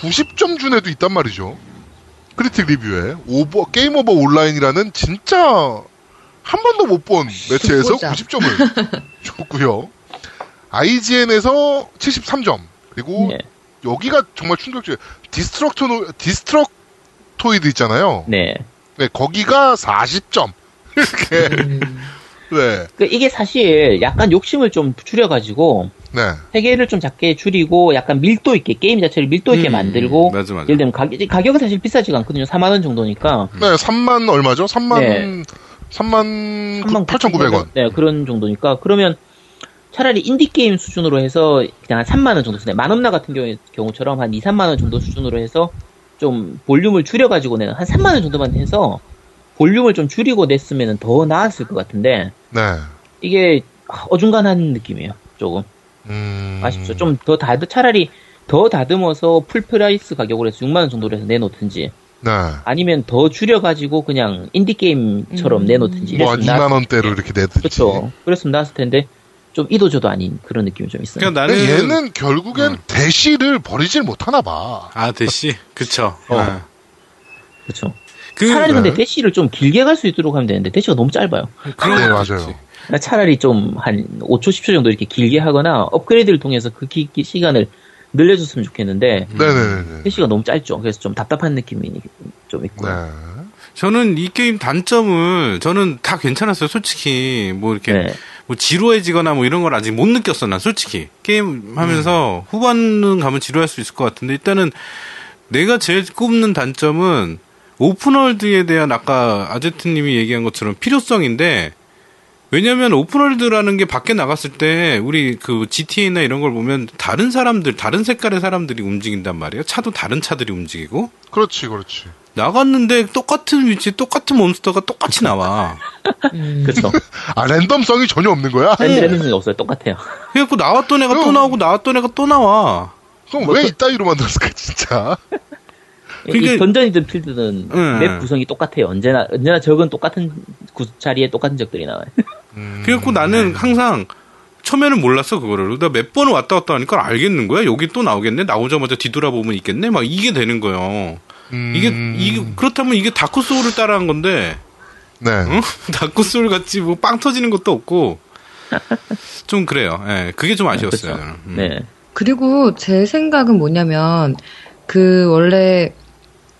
Speaker 1: 90점 준 애도 있단 말이죠 크리틱 리뷰에 오버 게임 오버 온라인이라는 진짜 한 번도 못 본 매체에서
Speaker 4: 진짜.
Speaker 1: 90점을 줬고요 IGN에서 73점 그리고
Speaker 3: 네.
Speaker 1: 여기가 정말 충격적이에요 디스트럭토 디스트럭토이드 있잖아요
Speaker 3: 네.
Speaker 1: 네, 거기가 40점. 이렇게.
Speaker 4: 음.
Speaker 1: 네,
Speaker 3: 그 이게 사실 약간 욕심을 좀 줄여가지고
Speaker 1: 네.
Speaker 3: 세계를 좀 작게 줄이고 약간 밀도 있게 게임 자체를 밀도 있게
Speaker 2: 음,
Speaker 3: 만들고
Speaker 2: 맞아, 맞아.
Speaker 3: 예를 들면 가격, 가격은 사실 비싸지가 않거든요. 4만 원 정도니까.
Speaker 1: 네, 3만 얼마죠? 3만,
Speaker 3: 음. 네.
Speaker 1: 3만
Speaker 3: 3만
Speaker 1: 8,900원.
Speaker 3: 네, 그런 정도니까. 그러면 차라리 인디게임 수준으로 해서 그냥 한 3만원 정도 수준. 만원나 같은 경우에, 경우처럼 한 2, 3만원 정도 수준으로 해서 좀 볼륨을 줄여가지고 내는, 한 3만원 정도만 해서 볼륨을 좀 줄이고 냈으면 더 나았을 것 같은데,
Speaker 1: 네.
Speaker 3: 이게 어중간한 느낌이에요. 조금.
Speaker 1: 음.
Speaker 3: 아쉽죠. 좀 더 다듬, 차라리 더 다듬어서 풀프라이스 가격으로 해서 6만원 정도로 해서 내놓든지,
Speaker 1: 네.
Speaker 3: 아니면 더 줄여가지고 그냥 인디게임처럼
Speaker 4: 음.
Speaker 3: 내놓든지.
Speaker 1: 뭐, 한
Speaker 3: 이랬으면 나았을
Speaker 1: 2만원대로 이렇게 내든지.
Speaker 3: 그렇죠. 그랬으면 나왔을 텐데 좀 이도저도 아닌 그런 느낌이 좀 있어요.
Speaker 2: 그러니까 나는.
Speaker 1: 근데 얘는 결국엔
Speaker 2: 음.
Speaker 1: 대시를 버리질 못하나 봐.
Speaker 2: 아, 대시? 그쵸.
Speaker 1: 어.
Speaker 2: 아.
Speaker 3: 그렇죠.
Speaker 2: 그,
Speaker 3: 차라리
Speaker 1: 네.
Speaker 3: 근데 대시를 좀 길게 갈 수 있도록 하면 되는데 대시가 너무 짧아요.
Speaker 2: 그런
Speaker 1: 네,
Speaker 2: 거
Speaker 1: 맞아요.
Speaker 3: 그러니까 차라리 좀 한 5초 10초 정도 이렇게 길게 하거나 업그레이드를 통해서 그 기- 기- 시간을 늘려줬으면 좋겠는데
Speaker 1: 음. 네네네.
Speaker 3: 대시가 너무 짧죠. 그래서 좀 답답한 느낌이 좀 있고. 요
Speaker 1: 네.
Speaker 2: 저는 이 게임 단점을 저는 다 괜찮았어요. 솔직히 뭐 이렇게
Speaker 3: 네.
Speaker 2: 뭐 지루해지거나 뭐 이런 걸 아직 못 느꼈어. 난 솔직히 게임 하면서 후반은 가면 지루할 수 있을 것 같은데 일단은 내가 제일 꼽는 단점은 오픈월드에 대한 아까 아제트님이 얘기한 것처럼 필요성인데 왜냐면 오픈월드라는 게 밖에 나갔을 때 우리 그 GTA나 이런 걸 보면 다른 사람들 다른 색깔의 사람들이 움직인단 말이에요. 차도 다른 차들이 움직이고
Speaker 1: 그렇지, 그렇지.
Speaker 2: 나갔는데 똑같은 위치 똑같은 몬스터가 똑같이 나와.
Speaker 4: 음.
Speaker 3: 그렇죠.
Speaker 1: 아, 랜덤성이 전혀 없는 거야?
Speaker 3: 랜드 랜드는 없어요. 똑같아요.
Speaker 2: 그래갖고 나왔던 애가 또
Speaker 1: 그럼.
Speaker 2: 나오고 나왔던 애가 또 나와.
Speaker 1: 그럼
Speaker 3: 뭐
Speaker 1: 왜
Speaker 3: 그-
Speaker 1: 이따위로 만들었을까, 진짜?
Speaker 2: 그게-
Speaker 3: 이 던전이든 필드든
Speaker 2: 음.
Speaker 3: 맵 구성이 똑같아요. 언제나 언제나 적은 똑같은 구, 자리에 똑같은 적들이 나와요.
Speaker 1: 음.
Speaker 2: 그래갖고 나는 항상 처음에는 몰랐어 그거를. 그러다 몇 번을 왔다 갔다 하니까 알겠는 거야. 여기 또 나오겠네. 나오자마자 뒤돌아보면 있겠네. 막 이게 되는 거예요.
Speaker 1: 음.
Speaker 2: 이게 이게 그렇다면 이게 다크 소울을 따라한 건데
Speaker 1: 네.
Speaker 2: 응? 다크 소울 같이 뭐 빵 터지는 것도 없고 좀 그래요. 예, 그게 좀 아쉬웠어요.
Speaker 3: 그렇죠.
Speaker 2: 저는. 음.
Speaker 3: 네.
Speaker 4: 그리고 제 생각은 뭐냐면 그 원래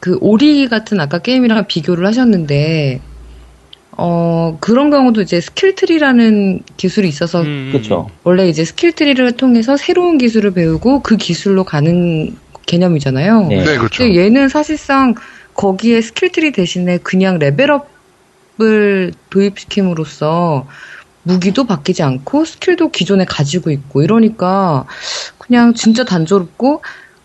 Speaker 4: 그 오리 같은 아까 게임이랑 비교를 하셨는데 어 그런 경우도 이제 스킬트리라는 기술이 있어서
Speaker 2: 음.
Speaker 3: 그렇죠.
Speaker 4: 원래 이제 스킬트리를 통해서 새로운 기술을 배우고 그 기술로 가는 개념이잖아요.
Speaker 3: 네.
Speaker 1: 네, 그렇죠.
Speaker 4: 근데 얘는 사실상 거기에 스킬트리 대신에 그냥 레벨업을 도입시킴으로써 무기도 바뀌지 않고 스킬도 기존에 가지고 있고 이러니까 그냥 진짜 단조롭고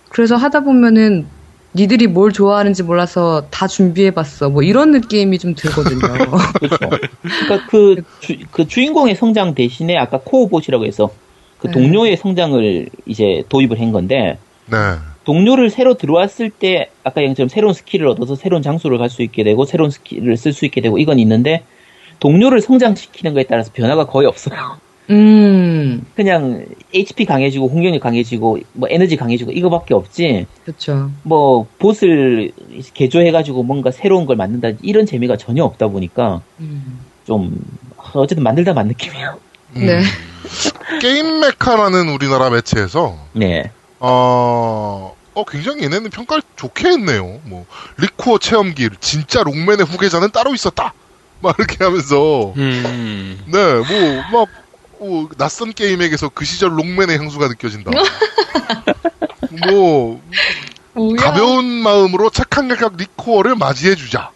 Speaker 4: 그래서 하다 보면은 니들이 뭘 좋아하는지 몰라서 다 준비해봤어 뭐 이런 느낌이 좀 들거든요.
Speaker 3: 그렇죠. 그러니까 그, 주, 그 주인공의 성장 대신에 아까 코어봇이라고 해서 그
Speaker 4: 네.
Speaker 3: 동료의 성장을 이제 도입을 한 건데
Speaker 1: 네.
Speaker 3: 동료를 새로 들어왔을 때 아까 얘기처럼 새로운 스킬을 얻어서 새로운 장소를 갈 수 있게 되고 새로운 스킬을 쓸 수 있게 되고 이건 있는데 동료를 성장시키는 거에 따라서 변화가 거의 없어요.
Speaker 4: 음
Speaker 3: 그냥 HP 강해지고 공격력 강해지고 뭐 에너지 강해지고 이거밖에 없지.
Speaker 4: 그렇죠.
Speaker 3: 뭐 보스를 개조해가지고 뭔가 새로운 걸 만든다 이런 재미가 전혀 없다 보니까
Speaker 4: 음.
Speaker 3: 좀 어쨌든 만들다 만 느낌이에요.
Speaker 1: 음.
Speaker 4: 네.
Speaker 1: 게임 메카라는 우리나라 매체에서
Speaker 3: 네.
Speaker 1: 아, 어, 어, 굉장히 얘네는 평가를 좋게 했네요. 뭐 리코어 체험기 진짜 롱맨의 후계자는 따로 있었다. 막 이렇게 하면서
Speaker 2: 음.
Speaker 1: 네, 뭐막 뭐, 낯선 게임에게서 그 시절 롱맨의 향수가 느껴진다. 뭐
Speaker 4: 뭐야?
Speaker 1: 가벼운 마음으로 착한 각각 리코어를 맞이해 주자.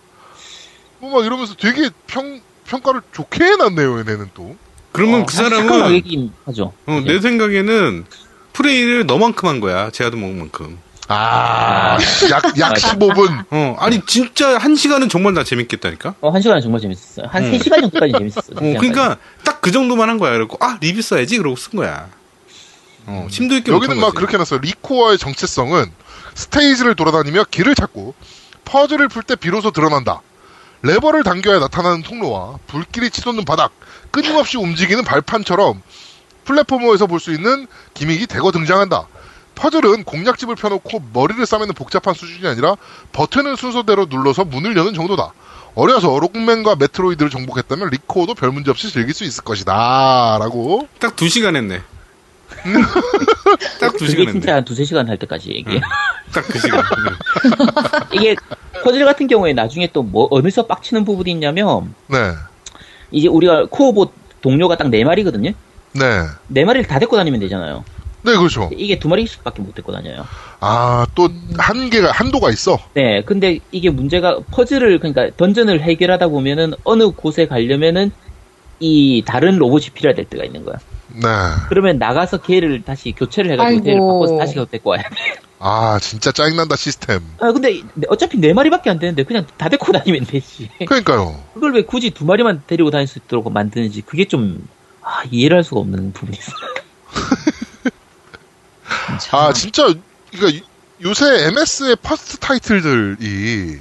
Speaker 1: 뭐 막 이러면서 되게 평 평가를 좋게 해놨네요. 얘네는 또.
Speaker 2: 그러면
Speaker 3: 어,
Speaker 2: 그
Speaker 3: 사실
Speaker 2: 사람은 네.
Speaker 3: 착한 얘긴 하죠. 네.
Speaker 2: 어, 내 생각에는 프레이를 너만큼 한 거야. 제아도 먹만큼.
Speaker 1: 아, 약, 약 15분.
Speaker 2: 어,
Speaker 3: 네.
Speaker 2: 아니 진짜 한 시간은 정말 나 재밌겠다니까.
Speaker 3: 어, 한 시간은 정말 재밌었어요. 한
Speaker 2: 음.
Speaker 3: 세 3시간 정도까지 재밌었어요.
Speaker 2: 어, 그러니까 딱 그 정도만 한 거야. 그리고 아 리뷰 써야지. 그러고 쓴 거야. 어,
Speaker 3: 음.
Speaker 2: 심도 있게
Speaker 1: 여기는
Speaker 2: 못한
Speaker 1: 막
Speaker 2: 거지.
Speaker 1: 그렇게 해놨어요. 리코어의 정체성은 스테이지를 돌아다니며 길을 찾고 퍼즐을 풀 때 비로소 드러난다. 레버를 당겨야 나타나는 통로와 불길이 치솟는 바닥, 끊임없이 움직이는 발판처럼 플랫포머에서 볼 수 있는 기믹이 대거 등장한다. 퍼즐은 공략집을 펴놓고 머리를 싸매는 복잡한 수준이 아니라 버튼을 순서대로 눌러서 문을 여는 정도다. 어려서 록맨과 메트로이드를 정복했다면 리코어도 별 문제 없이 즐길 수 있을 것이다. 라고.
Speaker 2: 딱 두 시간 했네. 딱 두 시간
Speaker 3: 그게
Speaker 2: 했네.
Speaker 3: 진짜 음. 한 두세 시간 할 때까지 이게
Speaker 2: 딱 그 시간. 네.
Speaker 3: 이게 퍼즐 같은 경우에 나중에 또 뭐 어디서 빡치는 부분이 있냐면
Speaker 1: 네.
Speaker 3: 이제 우리가 코어봇 동료가 딱 네 마리거든요.
Speaker 1: 네.
Speaker 3: 네 마리를 다 데리고 다니면 되잖아요.
Speaker 1: 네, 그렇죠.
Speaker 3: 이게 두 마리씩밖에 못 데리고 다녀요.
Speaker 1: 아, 또 한계가 한도가 있어.
Speaker 3: 네, 근데 이게 문제가 퍼즐을 그러니까 던전을 해결하다 보면은 어느 곳에 가려면은 이 다른 로봇이 필요할 될 때가 있는 거야.
Speaker 1: 네.
Speaker 3: 그러면 나가서 걔를 다시 교체를 해가지고
Speaker 4: 아이고.
Speaker 3: 걔를 바꿔서 다시 데리고 와야 돼.
Speaker 1: 아, 진짜 짜증난다 시스템.
Speaker 3: 아 근데 어차피 네 마리밖에 안 되는데 그냥 다 데리고 다니면 되지.
Speaker 1: 그러니까요.
Speaker 3: 그걸 왜 굳이 두 마리만 데리고 다닐 수 있도록 만드는지 그게 좀 아, 이해를 할 수가 없는 부분이 있어요.
Speaker 1: 아, 진짜 그러니까 요새 MS의 퍼스트 타이틀들이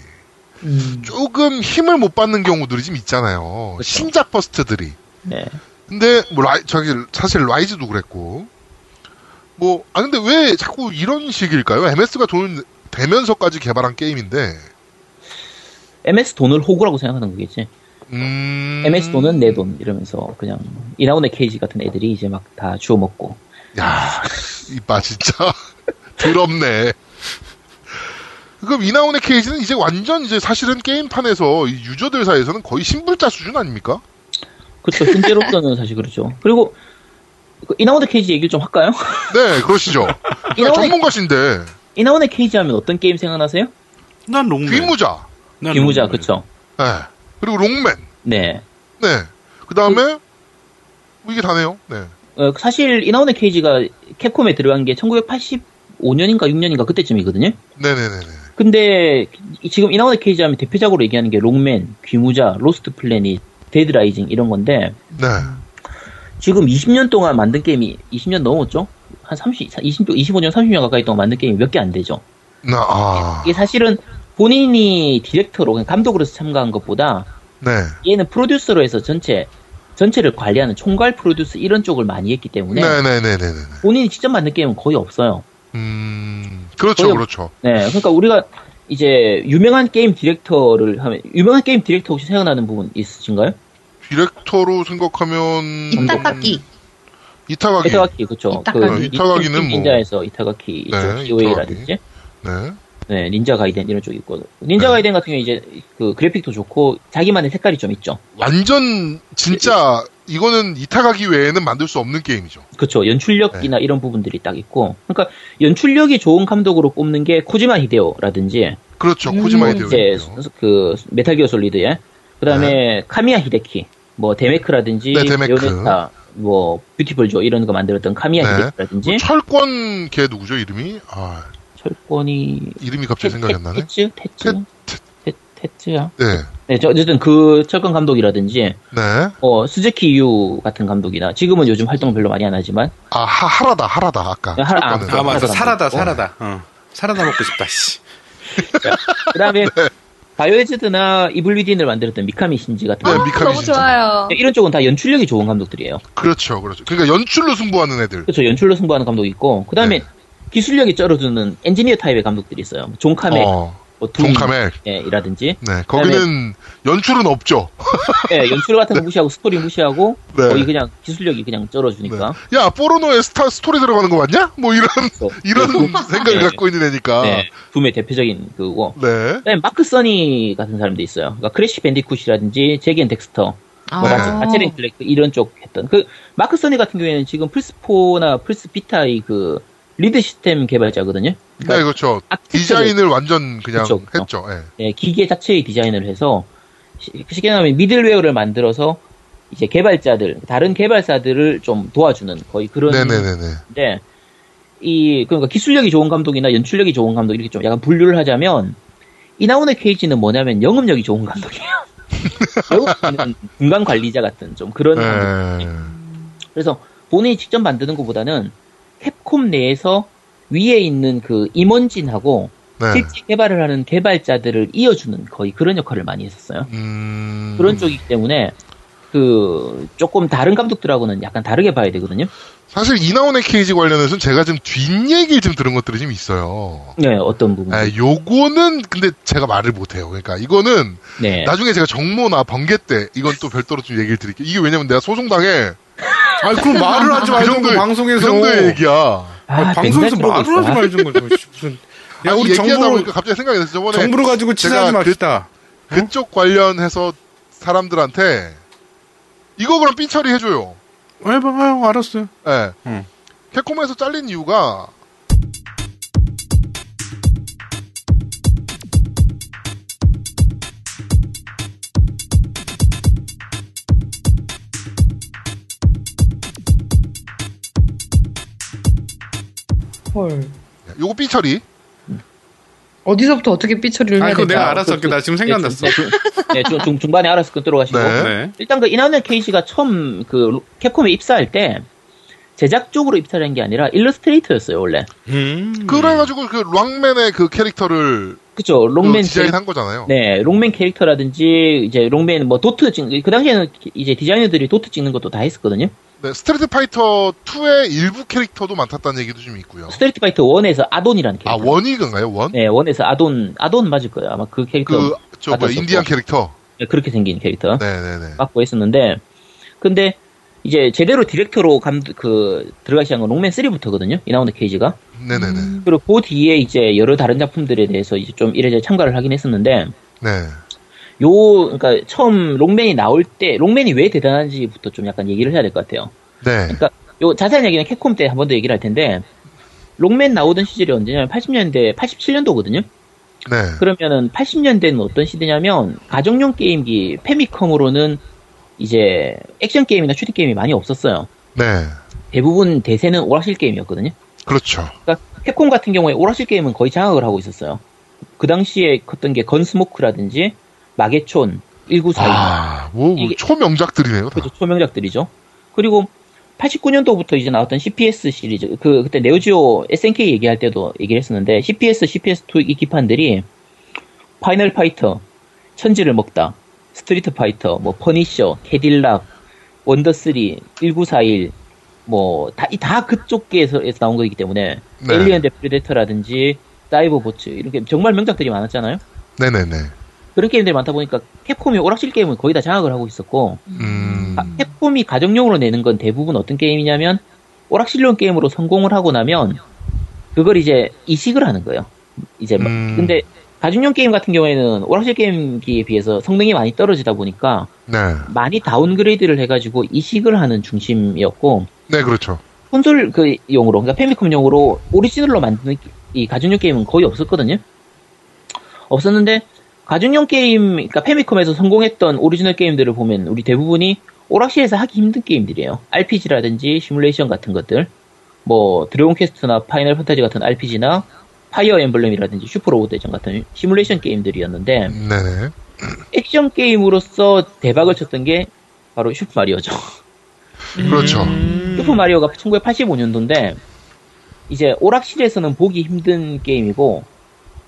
Speaker 4: 음.
Speaker 1: 조금 힘을 못 받는 경우들이 좀 있잖아요.
Speaker 3: 그쵸.
Speaker 1: 신작 퍼스트들이.
Speaker 3: 네.
Speaker 1: 근데 뭐 라이, 저기 사실 라이즈도 그랬고 뭐 아 근데 왜 자꾸 이런 식일까요? MS가 돈 되면서까지 개발한 게임인데.
Speaker 3: MS 돈을 호구라고 생각하는 거겠지.
Speaker 1: 음.
Speaker 3: MS 돈은 내 돈 이러면서 그냥 이나온의 케이지 같은 애들이 이제 막 다 주워 먹고.
Speaker 1: 야, 이빠 진짜 더럽네. 그럼 이나온의 케이지는 이제 완전 이제 사실은 게임판에서 이 유저들 사이에서는 거의 신불자 수준 아닙니까?
Speaker 3: 그렇죠. 현재로서는 사실 그렇죠. 그리고 그 이나온의 케이지 얘기를 좀 할까요?
Speaker 1: 네, 그러시죠. 그러니까
Speaker 3: 이나온의-
Speaker 1: 전문가신데
Speaker 3: 이나온의 케이지 하면 어떤 게임 생각나세요?
Speaker 2: 난 롱맨.
Speaker 1: 귀무자,
Speaker 2: 난
Speaker 3: 유무자
Speaker 2: 롱맨.
Speaker 3: 그쵸?
Speaker 1: 네. 그리고 롱맨,
Speaker 3: 네.
Speaker 1: 네. 그 다음에 뭐 이게 다네요. 네,
Speaker 3: 어, 사실 이나온의 케이지가 캡콤에 들어간 게 1985년인가 6년인가 그때쯤이거든요.
Speaker 1: 네, 네, 네, 네.
Speaker 3: 근데 이- 지금 이나온의 케이지 하면 대표적으로 얘기하는 게 롱맨, 귀무자, 로스트 플래닛, 데드 라이징 이런 건데
Speaker 1: 네.
Speaker 3: 지금 20년 동안 만든 게임이 20년 넘었죠? 한 30, 20, 25년, 30년 가까이 동안 만든 게임이 몇 개 안 되죠.
Speaker 1: 나, 아,
Speaker 3: 이게 사실은 본인이 디렉터로 그냥 감독으로서 참가한 것보다
Speaker 1: 네,
Speaker 3: 얘는 프로듀서로 해서 전체 전체를 관리하는 총괄 프로듀스 이런 쪽을 많이 했기 때문에
Speaker 1: 네, 네, 네, 네, 네.
Speaker 3: 본인이 직접 만든 게임은 거의 없어요.
Speaker 1: 음, 그렇죠,
Speaker 3: 거의-
Speaker 1: 그렇죠.
Speaker 3: 네, 그러니까 우리가 이제 유명한 게임 디렉터를 하면 유명한 게임 디렉터 혹시 생각나는 부분 있으신가요?
Speaker 1: 디렉터로 생각하면
Speaker 4: 이따가기.
Speaker 1: 이타가기,
Speaker 3: 이타가키 그렇죠.
Speaker 4: 이타가키.
Speaker 1: 이타가기는 뭐-
Speaker 3: 닌자에서 이타가키
Speaker 1: 네,
Speaker 3: 이쪽 DOA라든지
Speaker 1: 네.
Speaker 3: 네, 닌자 가이덴 이런 쪽이 있고 닌자
Speaker 1: 네.
Speaker 3: 가이덴 같은 경우 이제 그 그래픽도 좋고 자기만의 색깔이 좀 있죠.
Speaker 1: 완전 진짜 이거는 이타가기 외에는 만들 수 없는 게임이죠.
Speaker 3: 그렇죠. 연출력이나
Speaker 1: 네.
Speaker 3: 이런 부분들이 딱 있고, 그러니까 연출력이 좋은 감독으로 꼽는 게 코지마 히데오라든지,
Speaker 1: 그렇죠.
Speaker 4: 음,
Speaker 1: 코지마 히데오.
Speaker 3: 이제 그 메탈 기어 솔리드에, 그다음에 카미야 히데키, 뭐 데메크라든지,
Speaker 1: 네, 데메크.
Speaker 3: 베오네타, 뭐 뷰티풀 조 이런 거 만들었던 카미야
Speaker 1: 네.
Speaker 3: 히데키라든지,
Speaker 1: 철권 걔 누구죠 이름이? 아
Speaker 3: 철권이
Speaker 1: 이름이 갑자기 생각이 안 나네.
Speaker 3: 테츠, 테츠, 테- 테츠야.
Speaker 1: 네,
Speaker 3: 네, 저 어쨌든 그 철권 감독이라든지,
Speaker 1: 네.
Speaker 3: 어 스즈키 유 같은 감독이나 지금은 요즘 활동 별로 많이 안 하지만
Speaker 1: 아 하, 하라다 하라다 아까.
Speaker 3: 하- 아,
Speaker 1: 철권은.
Speaker 2: 아 맞아. 살아다
Speaker 3: 사라다 먹고.
Speaker 2: 살아다. 어. 살아다 먹고 싶다. 씨.
Speaker 3: 그다음에
Speaker 1: 네.
Speaker 3: 바이오헤즈드나 이블 위딘을 만들었던 미카미 신지 같은
Speaker 1: 네,
Speaker 3: 분.
Speaker 1: 미카미
Speaker 5: 너무
Speaker 1: 진짜.
Speaker 5: 좋아요.
Speaker 3: 네, 이런 쪽은 다 연출력이 좋은 감독들이에요.
Speaker 1: 그렇죠, 그렇죠. 그러니까 연출로 승부하는 애들.
Speaker 3: 그렇죠. 연출로 승부하는 감독이 있고 그다음에
Speaker 1: 네.
Speaker 3: 기술력이 쩔어주는 엔지니어 타입의 감독들이 있어요. 존 카멜,
Speaker 1: 어,
Speaker 3: 뭐 둠,
Speaker 1: 존 카멜.
Speaker 3: 예, 이라든지
Speaker 1: 네, 거기는 연출은 없죠.
Speaker 3: 예, 연출 같은 거 무시하고 스토리 무시하고
Speaker 1: 네.
Speaker 3: 거의 그냥 기술력이 그냥 쩔어주니까
Speaker 1: 야 포르노에 스타 스토리 들어가는 거 맞냐? 뭐 이런
Speaker 3: 그래서
Speaker 1: 이런
Speaker 3: 둠,
Speaker 1: 생각을
Speaker 3: 네.
Speaker 1: 갖고 있는 애니까.
Speaker 3: 네, 둠의 대표적인 그거고
Speaker 1: 네.
Speaker 3: 그다음에 마크 써니 같은 사람도 있어요. 그러니까 크래시 밴디쿠시라든지 제기 앤 덱스터
Speaker 4: 아,
Speaker 1: 네.
Speaker 3: 아체린 블랙 이런 쪽 했던 그 마크 써니 같은 경우에는 지금 플스4나 플스비타의 그 리드 시스템 개발자거든요. 그러니까
Speaker 1: 네, 그렇죠.
Speaker 3: 아티스트를,
Speaker 1: 디자인을 완전 그냥
Speaker 3: 그렇죠, 그렇죠.
Speaker 1: 했죠. 예.
Speaker 3: 예, 기계 자체의 디자인을 해서 시- 쉽게 말하면 미들웨어를 만들어서 이제 개발자들 다른 개발사들을 좀 도와주는 거의 그런
Speaker 1: 네, 네네네네.
Speaker 3: 건데 이 그러니까 기술력이 좋은 감독이나 연출력이 좋은 감독 이렇게 좀 약간 분류를 하자면 이나온의 케이지는 뭐냐면 영업력이 좋은 감독이에요. 영업력은 중간 관리자 같은 좀
Speaker 1: 네.
Speaker 3: 그런 감독. 그래서 본인이 직접 만드는 것보다는 캡콤 내에서 위에 있는 그 임원진하고
Speaker 1: 네.
Speaker 3: 실제 개발을 하는 개발자들을 이어주는 거의 그런 역할을 많이 했었어요.
Speaker 1: 음.
Speaker 3: 그런 쪽이기 때문에 그 조금 다른 감독들하고는 약간 다르게 봐야 되거든요.
Speaker 1: 사실 이나온의 케이지 관련해서는 제가 좀 뒷얘기를 좀 들은 것들이 좀 있어요.
Speaker 3: 네, 어떤 부분?
Speaker 1: 아, 요거는 근데 제가 말을 못해요. 그러니까 이거는
Speaker 3: 네.
Speaker 1: 나중에 제가 정모나 번개 때 이건 또 별도로 좀 얘기를 드릴게요. 이게 왜냐면 내가 소송당해.
Speaker 2: 아 그럼 말을
Speaker 1: 그
Speaker 2: 하지 말고
Speaker 1: 정도의- 그
Speaker 2: 방송에서
Speaker 1: 정도의 얘기야.
Speaker 2: 아, 방송에서
Speaker 3: 맥락이
Speaker 2: 말을
Speaker 3: 들어갔어.
Speaker 2: 하지 말지 말고 씨, 무슨 야
Speaker 1: 아니,
Speaker 2: 우리
Speaker 1: 얘기하다
Speaker 2: 정보를
Speaker 1: 보니까 갑자기 생각이 나서 저번에
Speaker 2: 정보를 가지고 친하지
Speaker 1: 제가 그
Speaker 2: 맙시다.
Speaker 1: 그쪽 관련해서 사람들한테 이거 그럼 삐 처리해줘요.
Speaker 2: 해봐, 아유, 알았어요.
Speaker 1: 예.
Speaker 2: 음.
Speaker 1: 캡콤에서 잘린 이유가
Speaker 4: 헐.
Speaker 1: 요거 삐 처리.
Speaker 3: 음.
Speaker 4: 어디서부터 어떻게 삐처리를
Speaker 2: 아
Speaker 4: 해야
Speaker 2: 그거 내가
Speaker 4: 되나?
Speaker 2: 알았어.
Speaker 3: 그, 그,
Speaker 2: 나 지금 생각났어.
Speaker 3: 네, 중, 네, 중, 중, 중반에 알아서 그 들어가시고.
Speaker 1: 네.
Speaker 2: 네.
Speaker 3: 일단 그 이나네 케이시가 처음 그 캡콤에 입사할 때 제작 쪽으로 입사를 한 게 아니라 일러스트레이터였어요, 원래.
Speaker 2: 음.
Speaker 1: 그래가지고 그 랑맨의 그 캐릭터를
Speaker 3: 그쵸,
Speaker 1: 그
Speaker 2: 어,
Speaker 3: 롱맨.
Speaker 1: 디자인한 거잖아요.
Speaker 3: 네, 롱맨 캐릭터라든지, 이제 롱맨 뭐 도트 찍, 그 당시에는 이제 디자이너들이 도트 찍는 것도 다 했었거든요.
Speaker 1: 네, 스트리트 파이터 2의 일부 캐릭터도 많았다는 얘기도 좀 있고요.
Speaker 3: 스트리트 파이터 1에서 아돈이라는 캐릭터.
Speaker 1: 아 원이건가요? 원?
Speaker 3: 네, 1에서 아돈, 아돈 맞을 거예요. 아마 그 캐릭터.
Speaker 1: 그 저 뭐
Speaker 3: 맞았었고.
Speaker 1: 인디안 캐릭터.
Speaker 3: 네, 그렇게 생긴 캐릭터.
Speaker 1: 네네네.
Speaker 3: 맡고 했었는데 근데 이제 제대로 디렉터로 감, 그, 들어가기 시작한 건 롱맨 3부터거든요. 이나운드 케이지가.
Speaker 1: 네네네.
Speaker 3: 그리고 그 뒤에 이제 여러 다른 작품들에 대해서 이제 좀 이래저래 참가를 하긴 했었는데,
Speaker 1: 네.
Speaker 3: 요, 그니까 처음 롱맨이 나올 때, 롱맨이 왜 대단한지부터 좀 약간 얘기를 해야 될 것 같아요.
Speaker 1: 네.
Speaker 3: 그러니까 요 자세한 얘기는 캡콤 때 한 번 더 얘기를 할 텐데, 롱맨 나오던 시절이 언제냐면 80년대, 87년도거든요.
Speaker 1: 네.
Speaker 3: 그러면은 80년대는 어떤 시대냐면 가정용 게임기 페미컴으로는 이제 액션 게임이나 슈팅 게임이 많이 없었어요.
Speaker 1: 네.
Speaker 3: 대부분 대세는 오락실 게임이었거든요.
Speaker 1: 그렇죠.
Speaker 3: 그러니까 캡콤 같은 경우에 오락실 게임은 거의 장악을 하고 있었어요. 그 당시에 컸던 게 건스모크라든지 마계촌, 1942
Speaker 1: 아, 뭐, 뭐
Speaker 3: 이게-
Speaker 1: 초명작들이네요. 다.
Speaker 3: 그죠 초명작들이죠. 그리고 89년도부터 이제 나왔던 CPS 시리즈, 그, 그때 네오지오 SNK 얘기할 때도 얘기를 했었는데, CPS, CPS2 이 기판들이, 파이널 파이터, 천지를 먹다, 스트리트 파이터, 뭐, 퍼니셔, 캐딜락, 원더3, 1941, 뭐, 다, 이- 다 그쪽에서 나온 거이기 때문에,
Speaker 1: 네.
Speaker 3: 엘리언 대 프리데터라든지, 다이버 보츠, 이렇게 정말 명작들이 많았잖아요?
Speaker 1: 네네네.
Speaker 3: 그런 게임들이 많다 보니까, 캡콤이 오락실 게임은 거의 다 장악을 하고 있었고,
Speaker 1: 음.
Speaker 3: 아, 캡콤이 가정용으로 내는 건 대부분 어떤 게임이냐면 오락실용 게임으로 성공을 하고 나면 그걸 이제 이식을 하는 거예요. 이제 막-
Speaker 1: 음.
Speaker 3: 근데 가정용 게임 같은 경우에는 오락실 게임기에 비해서 성능이 많이 떨어지다 보니까
Speaker 1: 네.
Speaker 3: 많이 다운그레이드를 해가지고 이식을 하는 중심이었고
Speaker 1: 네, 그렇죠.
Speaker 3: 콘솔 그 용으로 그러니까 패미컴용으로 오리지널로 만드는 이 가정용 게임은 거의 없었거든요. 없었는데 가정용 게임 그러니까 패미컴에서 성공했던 오리지널 게임들을 보면 우리 대부분이 오락실에서 하기 힘든 게임들이에요. RPG라든지 시뮬레이션 같은 것들, 뭐 드래곤 퀘스트나 파이널 판타지 같은 RPG나 파이어 엠블렘이라든지 슈퍼로봇 대전 같은 시뮬레이션 게임들이었는데
Speaker 1: 네네.
Speaker 3: 액션 게임으로서 대박을 쳤던 게 바로 슈퍼 마리오죠.
Speaker 1: 그렇죠.
Speaker 3: 음.
Speaker 2: 음.
Speaker 3: 슈퍼 마리오가 1985년도인데 이제 오락실에서는 보기 힘든 게임이고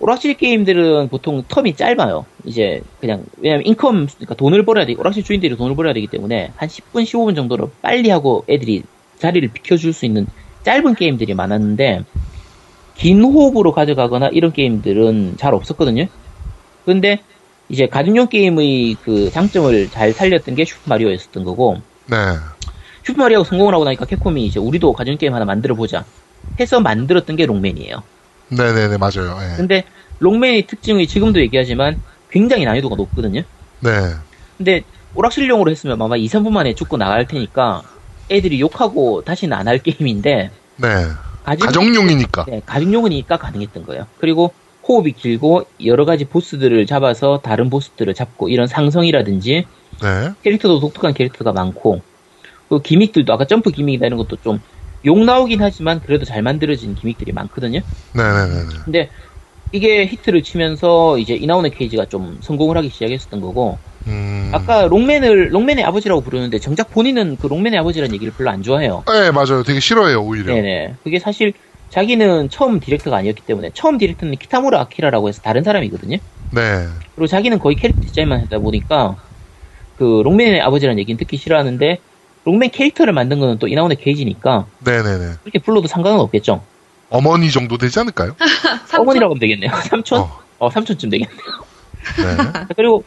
Speaker 3: 오락실 게임들은 보통 텀이 짧아요. 이제 그냥 왜냐면 인컴 그러니까 돈을 벌어야 돼. 오락실 주인들이 돈을 벌어야 되기 때문에 한 10분 15분 정도로 빨리 하고 애들이 자리를 비켜줄 수 있는 짧은 게임들이 많았는데 긴 호흡으로 가져가거나 이런 게임들은 잘 없었거든요. 근데 이제 가정용 게임의 그 장점을 잘 살렸던 게 슈퍼 마리오였었던 거고
Speaker 1: 네.
Speaker 3: 슈퍼마리오가 성공을 하고 나니까 캡콤이 이제 우리도 가전게임 하나 만들어보자 해서 만들었던 게 롱맨이에요.
Speaker 1: 네네네, 맞아요. 예.
Speaker 3: 근데 롱맨의 특징이 지금도 얘기하지만 굉장히 난이도가 높거든요.
Speaker 1: 네.
Speaker 3: 근데 오락실용으로 했으면 아마 2, 3분 만에 죽고 나갈 테니까 애들이 욕하고 다시는 안 할 게임인데
Speaker 1: 네.
Speaker 3: 가정,
Speaker 1: 가정용이니까.
Speaker 3: 네, 가정용이니까 가능했던 거예요. 그리고 호흡이 길고 여러 가지 보스들을 잡아서 다른 보스들을 잡고 이런 상성이라든지
Speaker 1: 네.
Speaker 3: 캐릭터도 독특한 캐릭터가 많고 그 기믹들도 아까 점프 기믹이나 이런 것도 좀 욕 나오긴 하지만 그래도 잘 만들어진 기믹들이 많거든요.
Speaker 1: 네네네네.
Speaker 3: 근데 이게 히트를 치면서 이제 이나온의 케이지가 좀 성공을 하기 시작했었던 거고
Speaker 1: 음.
Speaker 3: 아까 롱맨을 롱맨의 아버지라고 부르는데 정작 본인은 그 롱맨의 아버지라는 얘기를 별로 안 좋아해요.
Speaker 1: 네, 맞아요. 되게 싫어해요, 오히려.
Speaker 3: 네네. 그게 사실 자기는 처음 디렉터가 아니었기 때문에 처음 디렉터는 키타무라 아키라라고 해서 다른 사람이거든요.
Speaker 1: 네.
Speaker 3: 그리고 자기는 거의 캐릭터 디자인만 했다 보니까 그 롱맨의 아버지라는 얘기는 듣기 싫어하는데 롱맨 캐릭터를 만든 거는 또 이나온의 케이지니까
Speaker 1: 네네네.
Speaker 3: 그렇게 불러도 상관은 없겠죠.
Speaker 1: 어머니 정도 되지 않을까요?
Speaker 3: 어머니라고 하면 되겠네요. 삼촌?
Speaker 1: 어.
Speaker 3: 어, 삼촌쯤 되겠네.
Speaker 1: 네.
Speaker 3: 자, 그리고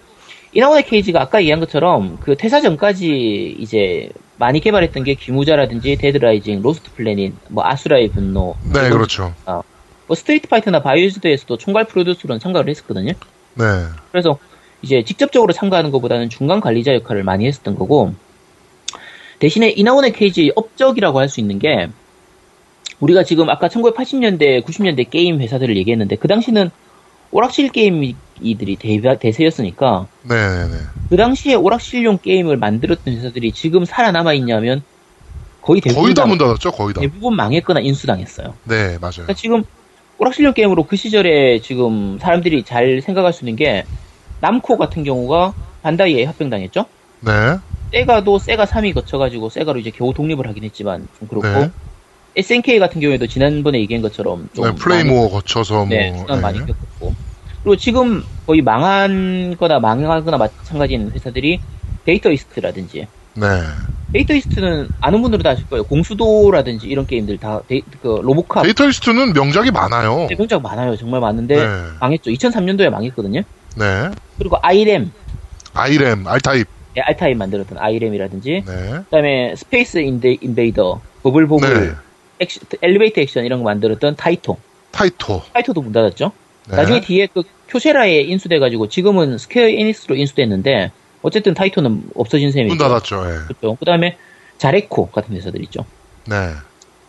Speaker 3: 이나오의 케이지가 아까 얘기한 것처럼 그 퇴사 전까지 이제 많이 개발했던 게 기무자라든지 데드라이징, 로스트 플래닛, 뭐 아수라의 분노,
Speaker 1: 네, 그렇죠.
Speaker 3: 뭐 스트리트 파이터나 바이오즈드에서도 총괄 프로듀서로 참가를 했었거든요.
Speaker 1: 네.
Speaker 3: 그래서 이제 직접적으로 참가하는 것보다는 중간 관리자 역할을 많이 했었던 거고 대신에 이나온의 케이지 업적이라고 할 수 있는 게 우리가 지금 아까 1980년대, 90년대 게임 회사들을 얘기했는데 그 당시는 오락실 게임이들이 대- 대세였으니까
Speaker 1: 네네네.
Speaker 3: 그 당시에 오락실용 게임을 만들었던 회사들이 지금 살아남아 있냐면 거의 대부분,
Speaker 1: 거의 다
Speaker 3: 망-
Speaker 1: 문 닫았죠, 거의 다.
Speaker 3: 대부분 망했거나 인수당했어요.
Speaker 1: 네, 맞아요.
Speaker 3: 그러니까 지금 오락실용 게임으로 그 시절에 지금 사람들이 잘 생각할 수 있는 게 남코 같은 경우가 반다이에 합병당했죠.
Speaker 1: 네.
Speaker 3: 세가도 세가 3이 거쳐가지고 세가로 이제 겨우 독립을 하긴 했지만 좀 그렇고
Speaker 1: 네.
Speaker 3: SNK 같은 경우에도 지난번에 얘기한 것처럼 좀
Speaker 1: 네, 플레이모어 거쳐서 뭐.
Speaker 3: 많이, 네, 주단 많이
Speaker 1: 네.
Speaker 3: 겪었고 그리고 지금 거의 망한 거나 망하거나 마찬가지인 회사들이 데이터 이스트라든지
Speaker 1: 네.
Speaker 3: 데이터 이스트는 아는 분들은 다 아실 거예요. 공수도라든지 이런 게임들 다, 데이, 그, 로보캅.
Speaker 1: 데이터리스트는 명작이 많아요.
Speaker 3: 네, 공작 많아요. 정말 많은데,
Speaker 1: 네.
Speaker 3: 망했죠. 2003년도에 망했거든요.
Speaker 1: 네.
Speaker 3: 그리고 아이램,
Speaker 1: 아이렘, 알타입.
Speaker 3: 네, 알타임 만들었던 아이램이라든지,
Speaker 1: 네.
Speaker 3: 그 다음에 스페이스 인데, 인베이더, 버블보블,
Speaker 1: 네.
Speaker 3: 액션, 엘리베이터 액션 이런 거 만들었던 타이토.
Speaker 1: 타이토.
Speaker 3: 타이토도 문 닫았죠.
Speaker 1: 네.
Speaker 3: 나중에 뒤에 그 큐세라에 인수돼가지고 지금은 스퀘어 에닉스로 인수됐는데, 어쨌든 타이토는 없어진 셈이죠.
Speaker 1: 문 닫았죠. 예.
Speaker 3: 그렇죠. 그 다음에 자레코 같은 회사들 있죠.
Speaker 1: 네.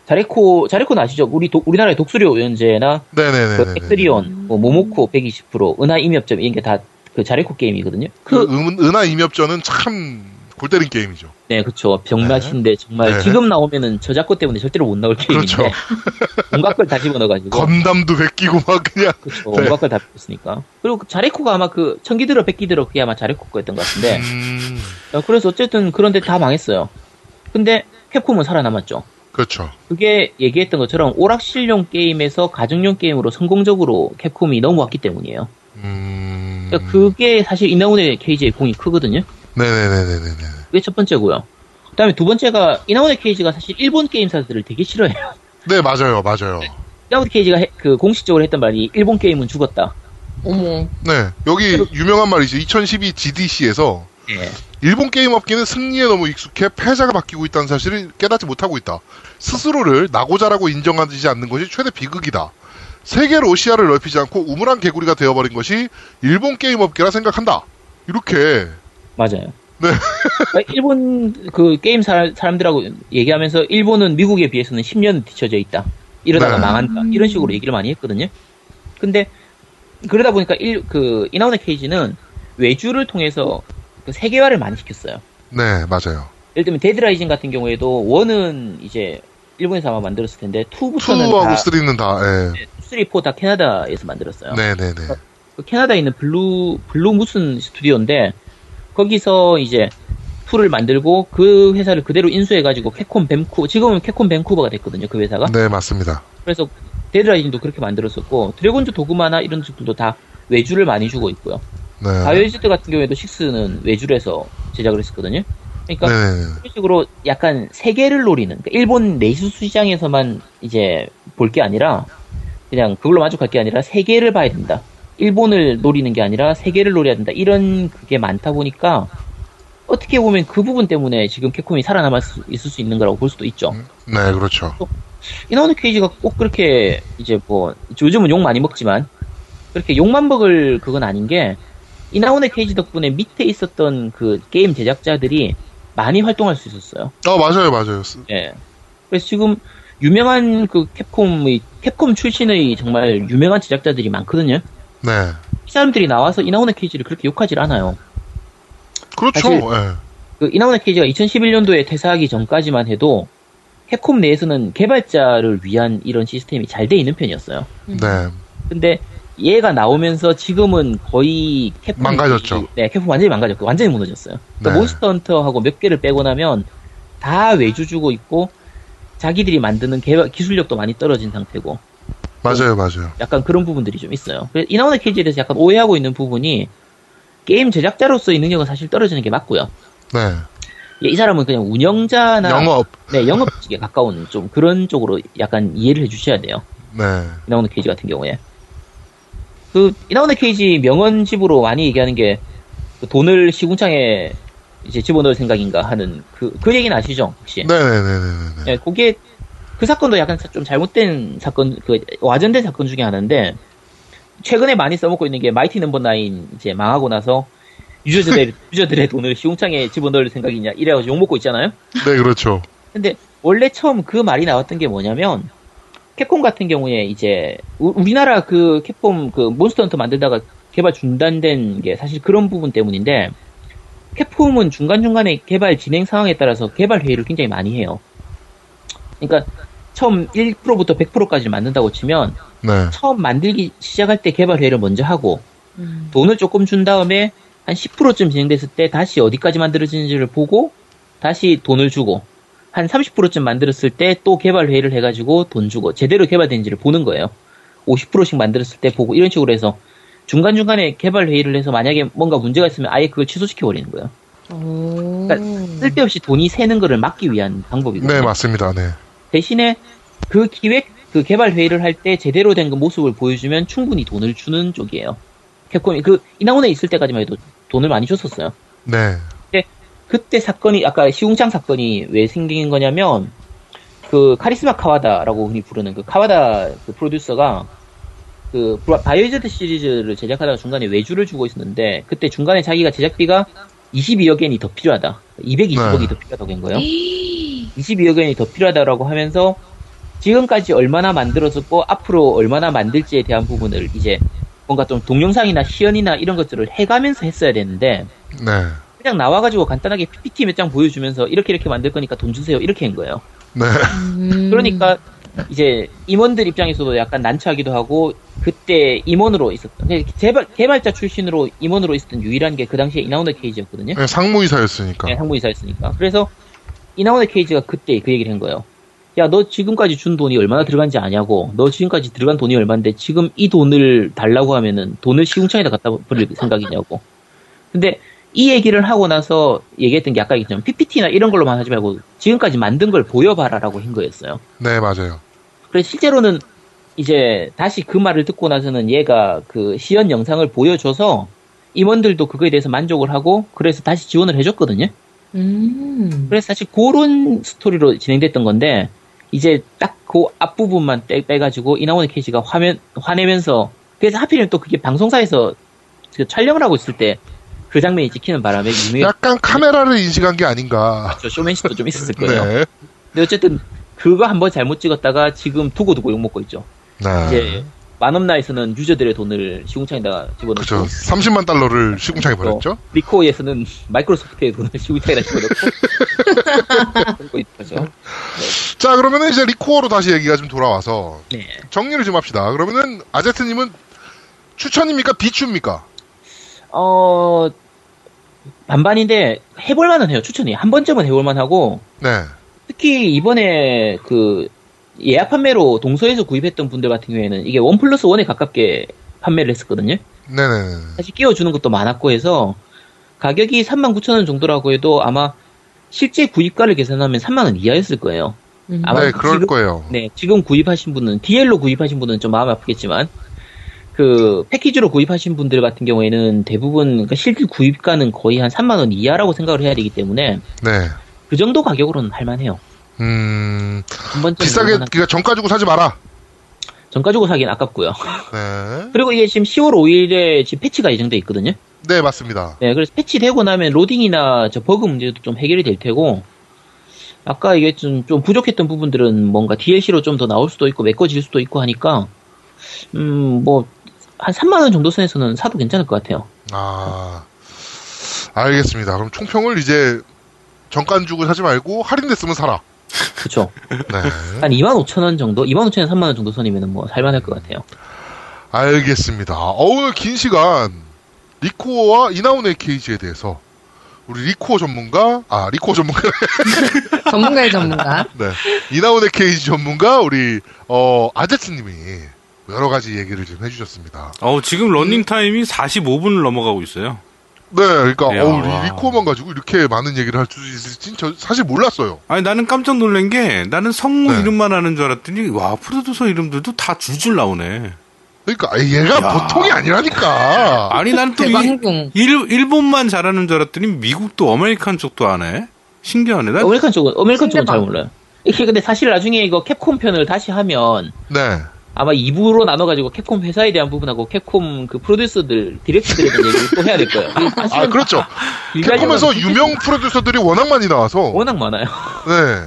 Speaker 3: 자레코, 자레코는 아시죠? 우리 독- 우리나라의 독수리 연재나 그
Speaker 1: 네네네. 네.
Speaker 3: 엑스리온, 뭐 모모코 120%, 은하 임협점 이런 게 다 그 자레코 게임이거든요.
Speaker 1: 그
Speaker 3: 그,
Speaker 1: 은, 은하 임협전은 참 골때린 게임이죠.
Speaker 3: 네, 그쵸. 병맛인데 정말
Speaker 1: 네.
Speaker 3: 지금 나오면은 저작권 때문에 절대로 못 나올 게임인데.
Speaker 1: 그렇죠.
Speaker 3: 온갖 걸 다 집어넣어가지고.
Speaker 1: 건담도 베끼고 막 그냥.
Speaker 3: 그쵸.
Speaker 1: 네.
Speaker 3: 온갖 걸 다 했으니까. 그리고 그 자레코가 아마 그 천기 들어, 백기 들어 그게 아마 자레코 거였던 것 같은데.
Speaker 1: 음,
Speaker 3: 어, 그래서 어쨌든 그런데 다 망했어요. 근데 캡콤은 살아남았죠.
Speaker 1: 그렇죠.
Speaker 3: 그게 얘기했던 것처럼 오락실용 게임에서 가정용 게임으로 성공적으로 캡콤이 넘어왔기 때문이에요.
Speaker 1: 음.
Speaker 3: 그러니까 그게 사실 이나운의 케이지의 공이 크거든요.
Speaker 1: 네네네네네네.
Speaker 3: 그게 첫 번째고요. 그다음에 두 번째가 이나오네 케이지가 사실 일본 게임사들을 되게 싫어해요.
Speaker 1: 네, 맞아요, 맞아요.
Speaker 3: 이나오네 케이지가 해- 그 공식적으로 했던 말이 일본 게임은 죽었다.
Speaker 4: 어머.
Speaker 1: 네. 여기
Speaker 3: 그
Speaker 1: 유명한 말이죠. 2012 GDC에서
Speaker 3: 예.
Speaker 1: 일본 게임 업계는 승리에 너무 익숙해 패자가 바뀌고 있다는 사실을 깨닫지 못하고 있다. 스스로를 나고자라고 인정하지 않는 것이 최대 비극이다. 세계 로시아를 넓히지 않고 우물안 개구리가 되어버린 것이 일본 게임 업계라 생각한다. 이렇게
Speaker 3: 맞아요.
Speaker 1: 네.
Speaker 3: 그러니까 일본 그 게임 사, 사람들하고 얘기하면서 일본은 미국에 비해서는 10년 뒤쳐져 있다. 이러다가
Speaker 1: 네.
Speaker 3: 망한다. 이런 식으로 얘기를 많이 했거든요. 근데 그러다 보니까 일, 그 이나오네 케이지는 외주를 통해서 그 세계화를 많이 시켰어요.
Speaker 1: 네 맞아요.
Speaker 3: 예를 들면 데드라이징 같은 경우에도 원은 이제 일본에서 아마 만들었을 텐데 투부터는
Speaker 1: 투하고
Speaker 3: 다
Speaker 1: 쓰리는 다 예.
Speaker 3: 3, 4다 캐나다에서 만들었어요.
Speaker 1: 네네네.
Speaker 3: 그 캐나다에 있는 블루, 블루 무슨 스튜디오인데, 거기서 이제 풀을 만들고 그 회사를 그대로 인수해가지고 캡콤 뱀쿠, 지금은 캡콤 밴쿠버가 됐거든요, 그 회사가.
Speaker 1: 네 맞습니다.
Speaker 3: 그래서 데드라이징도 그렇게 만들었었고, 드래곤즈 도그마나 이런 쪽들도 다 외주를 많이 주고 있고요.
Speaker 1: 네.
Speaker 3: 바이오지드 같은 경우에도 식스는 외주를 해서 제작을 했었거든요. 그러니까
Speaker 1: 네네네.
Speaker 3: 그런 식으로 약간 세계를 노리는 그러니까 일본 내수 시장에서만 이제 볼 게 아니라 그냥 그걸로 만족할 게 아니라 세계를 봐야 된다. 일본을 노리는 게 아니라 세계를 노려야 된다. 이런 그게 많다 보니까 어떻게 보면 그 부분 때문에 지금 캡콤이 살아남을 수 있을 수 있는 거라고 볼 수도 있죠.
Speaker 1: 네 그렇죠.
Speaker 3: 어. 이나오드 케이지가 꼭 그렇게 이제 뭐 요즘은 욕 많이 먹지만 그렇게 욕만 먹을 그건 아닌 게 이나오네 케이지 덕분에 밑에 있었던 그 게임 제작자들이 많이 활동할 수 있었어요.
Speaker 1: 어 맞아요 맞아요.
Speaker 3: 예. 그래서 지금 유명한 그 캡콤의 캡콤 출신의 정말 유명한 제작자들이 많거든요.
Speaker 1: 네
Speaker 3: 이 사람들이 나와서 이나오네 케이지를 그렇게 욕하지 않아요.
Speaker 1: 그렇죠.
Speaker 3: 사실-
Speaker 1: 예.
Speaker 3: 그 이나오네 케이지가 2011년도에 퇴사하기 전까지만 해도 캡콤 내에서는 개발자를 위한 이런 시스템이 잘 돼 있는 편이었어요.
Speaker 1: 네.
Speaker 3: 근데 얘가 나오면서 지금은 거의 캡콤
Speaker 1: 망가졌죠.
Speaker 3: 네, 캡콤 완전히 망가졌고 완전히 무너졌어요. 그러니까
Speaker 1: 네.
Speaker 3: 몬스터 헌터하고 몇 개를 빼고 나면 다 외주 주고 있고 자기들이 만드는 개발 기술력도 많이 떨어진 상태고
Speaker 1: 맞아요, 맞아요.
Speaker 3: 약간 그런 부분들이 좀 있어요. 그래서 이나오나 케이지에 대해서 약간 오해하고 있는 부분이 게임 제작자로서의 능력은 사실 떨어지는 게 맞고요.
Speaker 1: 네.
Speaker 3: 예, 이 사람은 그냥 운영자나
Speaker 1: 영업.
Speaker 3: 네, 영업직에 가까운 좀 그런 쪽으로 약간 이해를 해주셔야 돼요.
Speaker 1: 네.
Speaker 3: 이나오나 케이지 같은 경우에. 그, 이나오나 케이지 명언집으로 많이 얘기하는 게그 돈을 시궁창에 이제 집어넣을 생각인가 하는 그, 그 얘기는 아시죠? 혹시?
Speaker 1: 네, 네네네네네.
Speaker 3: 예, 그게, 그 사건도 약간 사- 좀 잘못된 사건, 그, 와전된 사건 중에 하나인데, 최근에 많이 써먹고 있는 게 마이티 넘버 나인 이제 망하고 나서 유저들의, 유저들의 돈을 시궁창에 집어넣을 생각이냐, 이래가지고 욕먹고 있잖아요?
Speaker 1: 네, 그렇죠.
Speaker 3: 근데 원래 처음 그 말이 나왔던 게 뭐냐면 캡콤 같은 경우에 이제 우- 우리나라 그 캡콤 그 몬스터헌터 만들다가 개발 중단된 게 사실 그런 부분 때문인데 캡콤은 중간중간에 개발 진행 상황에 따라서 개발 회의를 굉장히 많이 해요. 그러니까 처음 1%부터 100%까지 만든다고 치면
Speaker 1: 네.
Speaker 3: 처음 만들기 시작할 때 개발 회의를 먼저 하고
Speaker 4: 음.
Speaker 3: 돈을 조금 준 다음에 한 10%쯤 진행됐을 때 다시 어디까지 만들어지는지를 보고 다시 돈을 주고 한 30%쯤 만들었을 때 또 개발 회의를 해가지고 돈 주고 제대로 개발된지를 보는 거예요. 50%씩 만들었을 때 보고 이런 식으로 해서 중간중간에 개발 회의를 해서 만약에 뭔가 문제가 있으면 아예 그걸 취소시켜 버리는 거예요.
Speaker 4: 오.
Speaker 3: 쓸데없이 돈이 새는 거를 막기 위한 방법이거든요.
Speaker 1: 네, 맞습니다. 네.
Speaker 3: 대신에 그 기획, 그 개발 회의를 할 때 제대로 된 그 모습을 보여주면 충분히 돈을 주는 쪽이에요. 캡콤이 그 이나온에 있을 때까지만 해도 돈을 많이 줬었어요.
Speaker 1: 네.
Speaker 3: 그때 사건이 아까 시궁창 사건이 왜 생긴 거냐면 그 카리스마 카와다라고 흔히 부르는 그 카와다 그 프로듀서가 그 브라- 바이오이즈드 시리즈를 제작하다가 중간에 외주를 주고 있었는데 그때 중간에 자기가 제작비가 22억 엔이 더 필요하다. 220억이
Speaker 1: 네.
Speaker 3: 더 필요하다고 한 거예요. 22억 엔이 더 필요하다라고 하면서 지금까지 얼마나 만들었었고 앞으로 얼마나 만들지에 대한 부분을 이제 뭔가 좀 동영상이나 시연이나 이런 것들을 해가면서 했어야 되는데
Speaker 1: 네.
Speaker 3: 그냥 나와가지고 간단하게 PPT 몇 장 보여주면서 이렇게 이렇게 만들 거니까 돈 주세요 이렇게 한 거예요.
Speaker 1: 네.
Speaker 4: 음.
Speaker 3: 그러니까 이제 임원들 입장에서도 약간 난처하기도 하고 그때 임원으로 있었던 그냥 개발, 개발자 출신으로 임원으로 있었던 유일한 게 그 당시에 이나오네 케이지였거든요.
Speaker 1: 네, 상무이사였으니까.
Speaker 3: 네, 상무이사였으니까. 그래서 이나오네 케이지가 그때 그 얘기를 한 거예요. 야, 너 지금까지 준 돈이 얼마나 들어간지 아냐고. 너 지금까지 들어간 돈이 얼마인데 지금 이 돈을 달라고 하면은 돈을 시궁창에다 갖다 버릴 생각이냐고. 근데 이 얘기를 하고 나서 얘기했던 게 아까 얘기했지만 PPT나 이런 걸로만 하지 말고 지금까지 만든 걸 보여봐라라고 한 거였어요.
Speaker 1: 네, 맞아요.
Speaker 3: 그래서 실제로는 이제 다시 그 말을 듣고 나서는 얘가 그 시연 영상을 보여줘서 임원들도 그거에 대해서 만족을 하고 그래서 다시 지원을 해줬거든요.
Speaker 4: 음.
Speaker 3: 그래서 사실 그런 스토리로 진행됐던 건데 이제 딱 그 앞부분만 떼, 빼가지고 이나오네 케이지가 화면 화내면서 그래서 하필이면 또 그게 방송사에서 그 촬영을 하고 있을 때 그 장면이 찍히는 바람에 유명한
Speaker 1: 약간 카메라를 인식한 게 아닌가.
Speaker 3: 쇼맨십도 좀 있었을 거예요.
Speaker 1: 네.
Speaker 3: 근데 어쨌든 그거 한번 잘못 찍었다가 지금 두고두고 욕먹고 있죠.
Speaker 1: 네.
Speaker 3: 이제 만업나에서는 유저들의 돈을 시궁창에다가
Speaker 1: 그죠.
Speaker 3: 집어넣고
Speaker 1: 30만 그렇죠. 달러를 시궁창에 버렸죠?
Speaker 3: 리코에서는 마이크로소프트의 돈을 시궁창에다 집어넣고 그러고 있는 거죠.
Speaker 1: 자, 그러면은 이제 리코어로 다시 얘기가 좀 돌아와서
Speaker 3: 네.
Speaker 1: 정리를 좀 합시다. 그러면은 아제트님은 추천입니까? 비추입니까?
Speaker 3: 어, 반반인데, 해볼만은 해요, 추천이. 한 번쯤은 해볼만 하고,
Speaker 1: 네.
Speaker 3: 특히 이번에 그 예약 판매로 동서에서 구입했던 분들 같은 경우에는 이게 원 플러스 원에 가깝게 판매를 했었거든요.
Speaker 1: 네네네.
Speaker 3: 사실 끼워주는 것도 많았고 해서, 가격이 39,000원 정도라고 해도 아마 실제 구입가를 계산하면 3만원 이하였을 거예요.
Speaker 4: 음.
Speaker 3: 아마
Speaker 1: 네, 그럴
Speaker 3: 지금-
Speaker 1: 거예요.
Speaker 3: 네, 지금 구입하신 분은, DL로 구입하신 분은 좀 마음 아프겠지만, 그, 패키지로 구입하신 분들 같은 경우에는 대부분, 그러니까 실질 구입가는 거의 한 3만원 이하라고 생각을 해야 되기 때문에,
Speaker 1: 네.
Speaker 3: 그 정도 가격으로는 할만해요.
Speaker 1: 음,
Speaker 3: 한 번쯤.
Speaker 1: 비싸게,
Speaker 3: 이거는
Speaker 1: 그니까 정가 주고 사지 마라.
Speaker 3: 정가 주고 사긴 아깝고요.
Speaker 1: 네.
Speaker 3: 그리고 이게 지금 10월 5일에 지금 패치가 예정돼 있거든요.
Speaker 1: 네, 맞습니다.
Speaker 3: 네, 그래서 패치되고 나면 로딩이나 저 버그 문제도 좀 해결이 될 테고, 아까 이게 좀, 좀 부족했던 부분들은 뭔가 DLC로 좀 더 나올 수도 있고, 메꿔질 수도 있고 하니까, 음, 뭐, 한 3만원 정도 선에서는 사도 괜찮을 것 같아요.
Speaker 1: 아, 알겠습니다. 그럼 총평을 이제 정가 주고 사지 말고 할인됐으면 사라.
Speaker 3: 그쵸.
Speaker 1: 네.
Speaker 3: 한 25,000원 정도? 25,000원, 3만원 정도 선이면 뭐 살만할 것 같아요.
Speaker 1: 알겠습니다. 어, 오늘 긴 시간 리코어와 인아운 AKG에 대해서 우리 리코어 전문가, 아, 리코어 전문가,
Speaker 4: 전문가의 전문가.
Speaker 1: 네. 인아운 AKG 전문가, 우리, 어, 아제트님이 여러 가지 얘기를 좀 해주셨습니다.
Speaker 2: 어, 지금 러닝 타임이 45분을 넘어가고 있어요.
Speaker 1: 네, 그러니까,
Speaker 2: 이야,
Speaker 1: 어,
Speaker 2: 와.
Speaker 1: 우리 리코어만 가지고 이렇게 많은 얘기를 할 수 있을진 저 사실 몰랐어요.
Speaker 2: 아니 나는 깜짝 놀란 게 나는 성우
Speaker 1: 네.
Speaker 2: 이름만 아는 줄 알았더니 와 프로듀서 이름들도 다 줄줄 나오네.
Speaker 1: 그러니까, 아, 얘가 보통이 아니라니까.
Speaker 2: 아니 난 또
Speaker 4: 대방궁.
Speaker 2: 일본만 잘하는 줄 알았더니 미국도 아메리칸 쪽도 안 해. 신기하네. 난
Speaker 3: 어메리칸 쪽은, 어메리칸 쪽은 잘
Speaker 4: 신대방.
Speaker 3: 몰라요. 이게 근데 사실 나중에 이거 캡콤 편을 다시 하면
Speaker 1: 네.
Speaker 3: 아마 2부로 나눠가지고 캡콤 회사에 대한 부분하고 캡콤 그 프로듀서들, 디렉터들에 대한 얘기를 또 해야 될 거예요.
Speaker 1: 아, 그렇죠.
Speaker 3: 일반적으로
Speaker 1: 캡콤에서 유명 프로듀서들이 워낙 많이 나와서.
Speaker 3: 워낙 많아요.
Speaker 1: 네.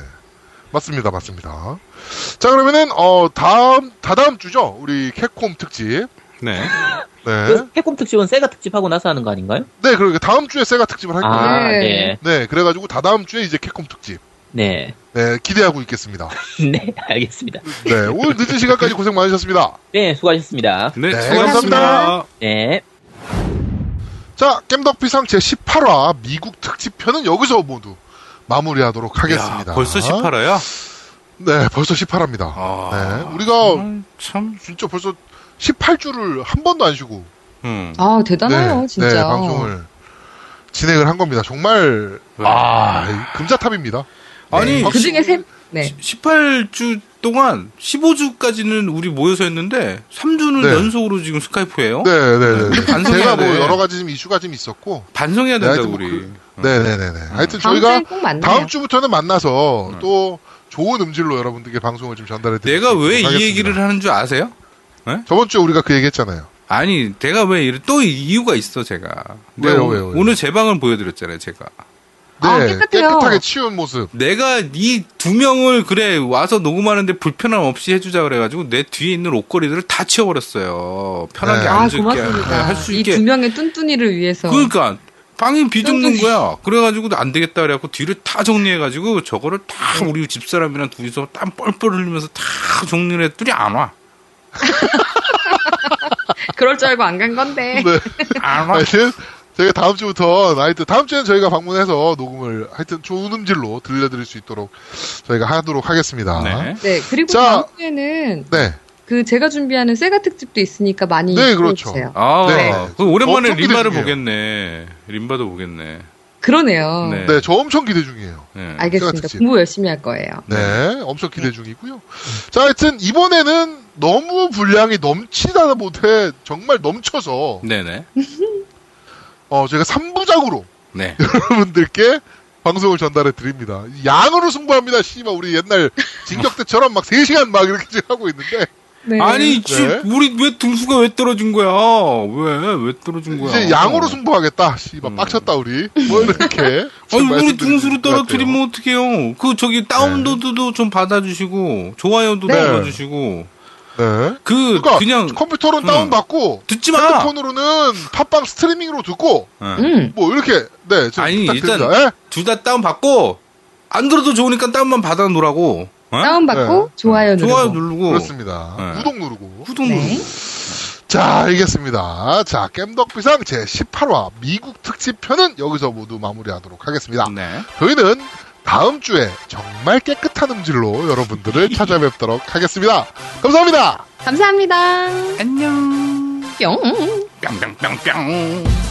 Speaker 1: 맞습니다. 맞습니다. 자, 그러면은, 어, 다음, 다다음 주죠. 우리 캡콤 특집.
Speaker 2: 네.
Speaker 1: 네.
Speaker 3: 그래서 캡콤 특집은 세가 특집하고 나서 하는 거 아닌가요?
Speaker 1: 네, 그러니까 다음 주에 세가 특집을 할 거예요.
Speaker 3: 아,
Speaker 4: 네.
Speaker 3: 네.
Speaker 1: 네, 그래가지고 다다음 주에 이제 캡콤 특집.
Speaker 3: 네.
Speaker 1: 네, 기대하고 있겠습니다.
Speaker 3: 네, 알겠습니다.
Speaker 1: 네, 오늘 늦은 시간까지 고생 많으셨습니다.
Speaker 3: 네, 수고하셨습니다.
Speaker 2: 네,
Speaker 1: 네,
Speaker 2: 수고하셨습니다.
Speaker 1: 감사합니다.
Speaker 3: 네.
Speaker 1: 자, 겜덕비상 제18화 미국 특집편은 여기서 모두 마무리하도록 하겠습니다.
Speaker 2: 야, 벌써 18화야?
Speaker 1: 네, 벌써 18화입니다.
Speaker 2: 아.
Speaker 1: 네, 우리가
Speaker 2: 참.
Speaker 1: 진짜 벌써 18주를 한 번도 안 쉬고
Speaker 2: 음.
Speaker 4: 아, 대단해요, 진짜.
Speaker 1: 네, 방송을 진행을 한 겁니다. 정말 아, 금자탑입니다.
Speaker 2: 아니
Speaker 4: 그 중에 세, 네.
Speaker 2: 18주 동안 15주까지는 우리 모여서 했는데 3주는
Speaker 1: 네.
Speaker 2: 연속으로 지금 스카이프예요.
Speaker 1: 네, 네, 네.
Speaker 2: 반성해야
Speaker 1: 제가 뭐
Speaker 2: 돼.
Speaker 1: 여러 가지 좀 이슈가 좀 있었고,
Speaker 2: 반성해야
Speaker 1: 네,
Speaker 2: 된다
Speaker 1: 하여튼 뭐
Speaker 2: 우리.
Speaker 1: 네, 네, 네, 네. 하여튼
Speaker 4: 다음
Speaker 1: 저희가
Speaker 4: 주엔 꼭 만나요.
Speaker 1: 다음 주부터는 만나서
Speaker 2: 음.
Speaker 1: 또 좋은 음질로 여러분들께 방송을 좀 전달해 드릴게요.
Speaker 2: 내가 왜 이 얘기를 하는 줄 아세요?
Speaker 1: 저번 주에 우리가 그 얘기했잖아요.
Speaker 2: 아니, 내가 왜 이래 또 이유가 있어, 제가. 내가
Speaker 1: 왜요,
Speaker 2: 오-
Speaker 1: 왜요, 왜요?
Speaker 2: 오늘 제 방을 보여드렸잖아요, 제가.
Speaker 1: 네,
Speaker 4: 아, 깨끗해요.
Speaker 1: 깨끗하게 치운 모습.
Speaker 2: 내가 이 두 명을 그래 와서 녹음하는데 불편함 없이 해주자 그래가지고 내 뒤에 있는 옷걸이들을 다 치워버렸어요. 편하게
Speaker 1: 네.
Speaker 4: 아,
Speaker 2: 앉을 게
Speaker 4: 고맙습니다.
Speaker 2: 할 수
Speaker 4: 이
Speaker 2: 있게.
Speaker 4: 두 명의 뚠뚠이를 위해서.
Speaker 2: 그러니까 방이 비좁는
Speaker 4: 깜짝이야.
Speaker 2: 거야. 그래가지고 안 되겠다 그래갖고 뒤를 다 정리해가지고 저거를 다 우리 집사람이랑 둘이서 땀 뻘뻘 흘리면서 다 정리를 했더니 안 와.
Speaker 4: 그럴 줄 알고 안 간 건데.
Speaker 1: 네.
Speaker 4: 아.
Speaker 2: 안 와.
Speaker 1: 하여튼 저희가 다음 주부터 하여튼 다음 주에는 저희가 방문해서 녹음을 하여튼 좋은 음질로 들려드릴 수 있도록 저희가 하도록 하겠습니다.
Speaker 2: 네.
Speaker 4: 네, 그리고
Speaker 1: 자.
Speaker 4: 다음 주에는
Speaker 1: 네.
Speaker 4: 그 제가 준비하는 세가 특집도 있으니까 많이
Speaker 1: 네,
Speaker 4: 기대해
Speaker 1: 그렇죠.
Speaker 4: 주세요.
Speaker 2: 아,
Speaker 1: 네.
Speaker 2: 그럼 오랜만에
Speaker 1: 어, 좀
Speaker 2: 림바를
Speaker 1: 기대중이에요.
Speaker 2: 보겠네. 림바도 보겠네.
Speaker 4: 그러네요.
Speaker 2: 네.
Speaker 1: 네, 저 엄청 기대 중이에요.
Speaker 2: 네.
Speaker 4: 아,
Speaker 1: 세가
Speaker 4: 알겠습니다.
Speaker 1: 특집.
Speaker 4: 공부 열심히 할 거예요.
Speaker 1: 네, 엄청 기대 중이고요. 자, 하여튼 이번에는 너무 분량이 넘치다 못해 정말 넘쳐서
Speaker 2: 네네.
Speaker 1: 어, 저희가 3부작으로
Speaker 2: 네.
Speaker 1: 여러분들께 방송을 전달해 드립니다. 양으로 승부합니다. 씨발 우리 옛날 진격 때처럼 막 3시간 막 이렇게 지금 하고 있는데
Speaker 4: 네.
Speaker 2: 아니, 지,
Speaker 1: 네.
Speaker 2: 우리 왜 등수가 왜 떨어진 거야? 왜? 왜 떨어진 거야?
Speaker 1: 이제 양으로 승부하겠다. 씨발 빡쳤다 우리. 뭐 이렇게.
Speaker 2: 아니,
Speaker 1: 지금
Speaker 2: 우리
Speaker 1: 말씀드리는
Speaker 2: 등수로
Speaker 1: 것 같아요.
Speaker 2: 떨어뜨리면 어떡해요? 그, 저기, 다운로드도 좀 받아주시고, 좋아요도
Speaker 1: 네.
Speaker 2: 눌러주시고,
Speaker 1: 네.
Speaker 2: 그,
Speaker 1: 그러니까
Speaker 2: 그냥
Speaker 1: 컴퓨터로는
Speaker 2: 음.
Speaker 1: 다운받고
Speaker 2: 듣지 마!
Speaker 1: 스마트폰으로는 팟빵 스트리밍으로 듣고
Speaker 2: 네.
Speaker 4: 음.
Speaker 1: 뭐 이렇게 네 지금
Speaker 2: 아니,
Speaker 1: 부탁드립니다.
Speaker 2: 일단
Speaker 1: 예?
Speaker 2: 둘다 다운받고, 안 들어도 좋으니까 다운만 받아놓으라고. 어?
Speaker 4: 다운받고 네. 좋아요 누르고.
Speaker 2: 좋아요 누르고.
Speaker 1: 그렇습니다.
Speaker 2: 네.
Speaker 1: 구독 누르고.
Speaker 2: 구독
Speaker 4: 네.
Speaker 2: 누르고.
Speaker 1: 자, 알겠습니다. 자, 겜덕비상 제18화 미국 특집편은 여기서 모두 마무리하도록 하겠습니다.
Speaker 2: 네.
Speaker 1: 저희는 다음 주에 정말 깨끗한 음질로 여러분들을 찾아뵙도록 하겠습니다. 감사합니다!
Speaker 4: 감사합니다.
Speaker 2: 안녕.
Speaker 4: 뿅.
Speaker 2: 뿅뿅뿅뿅.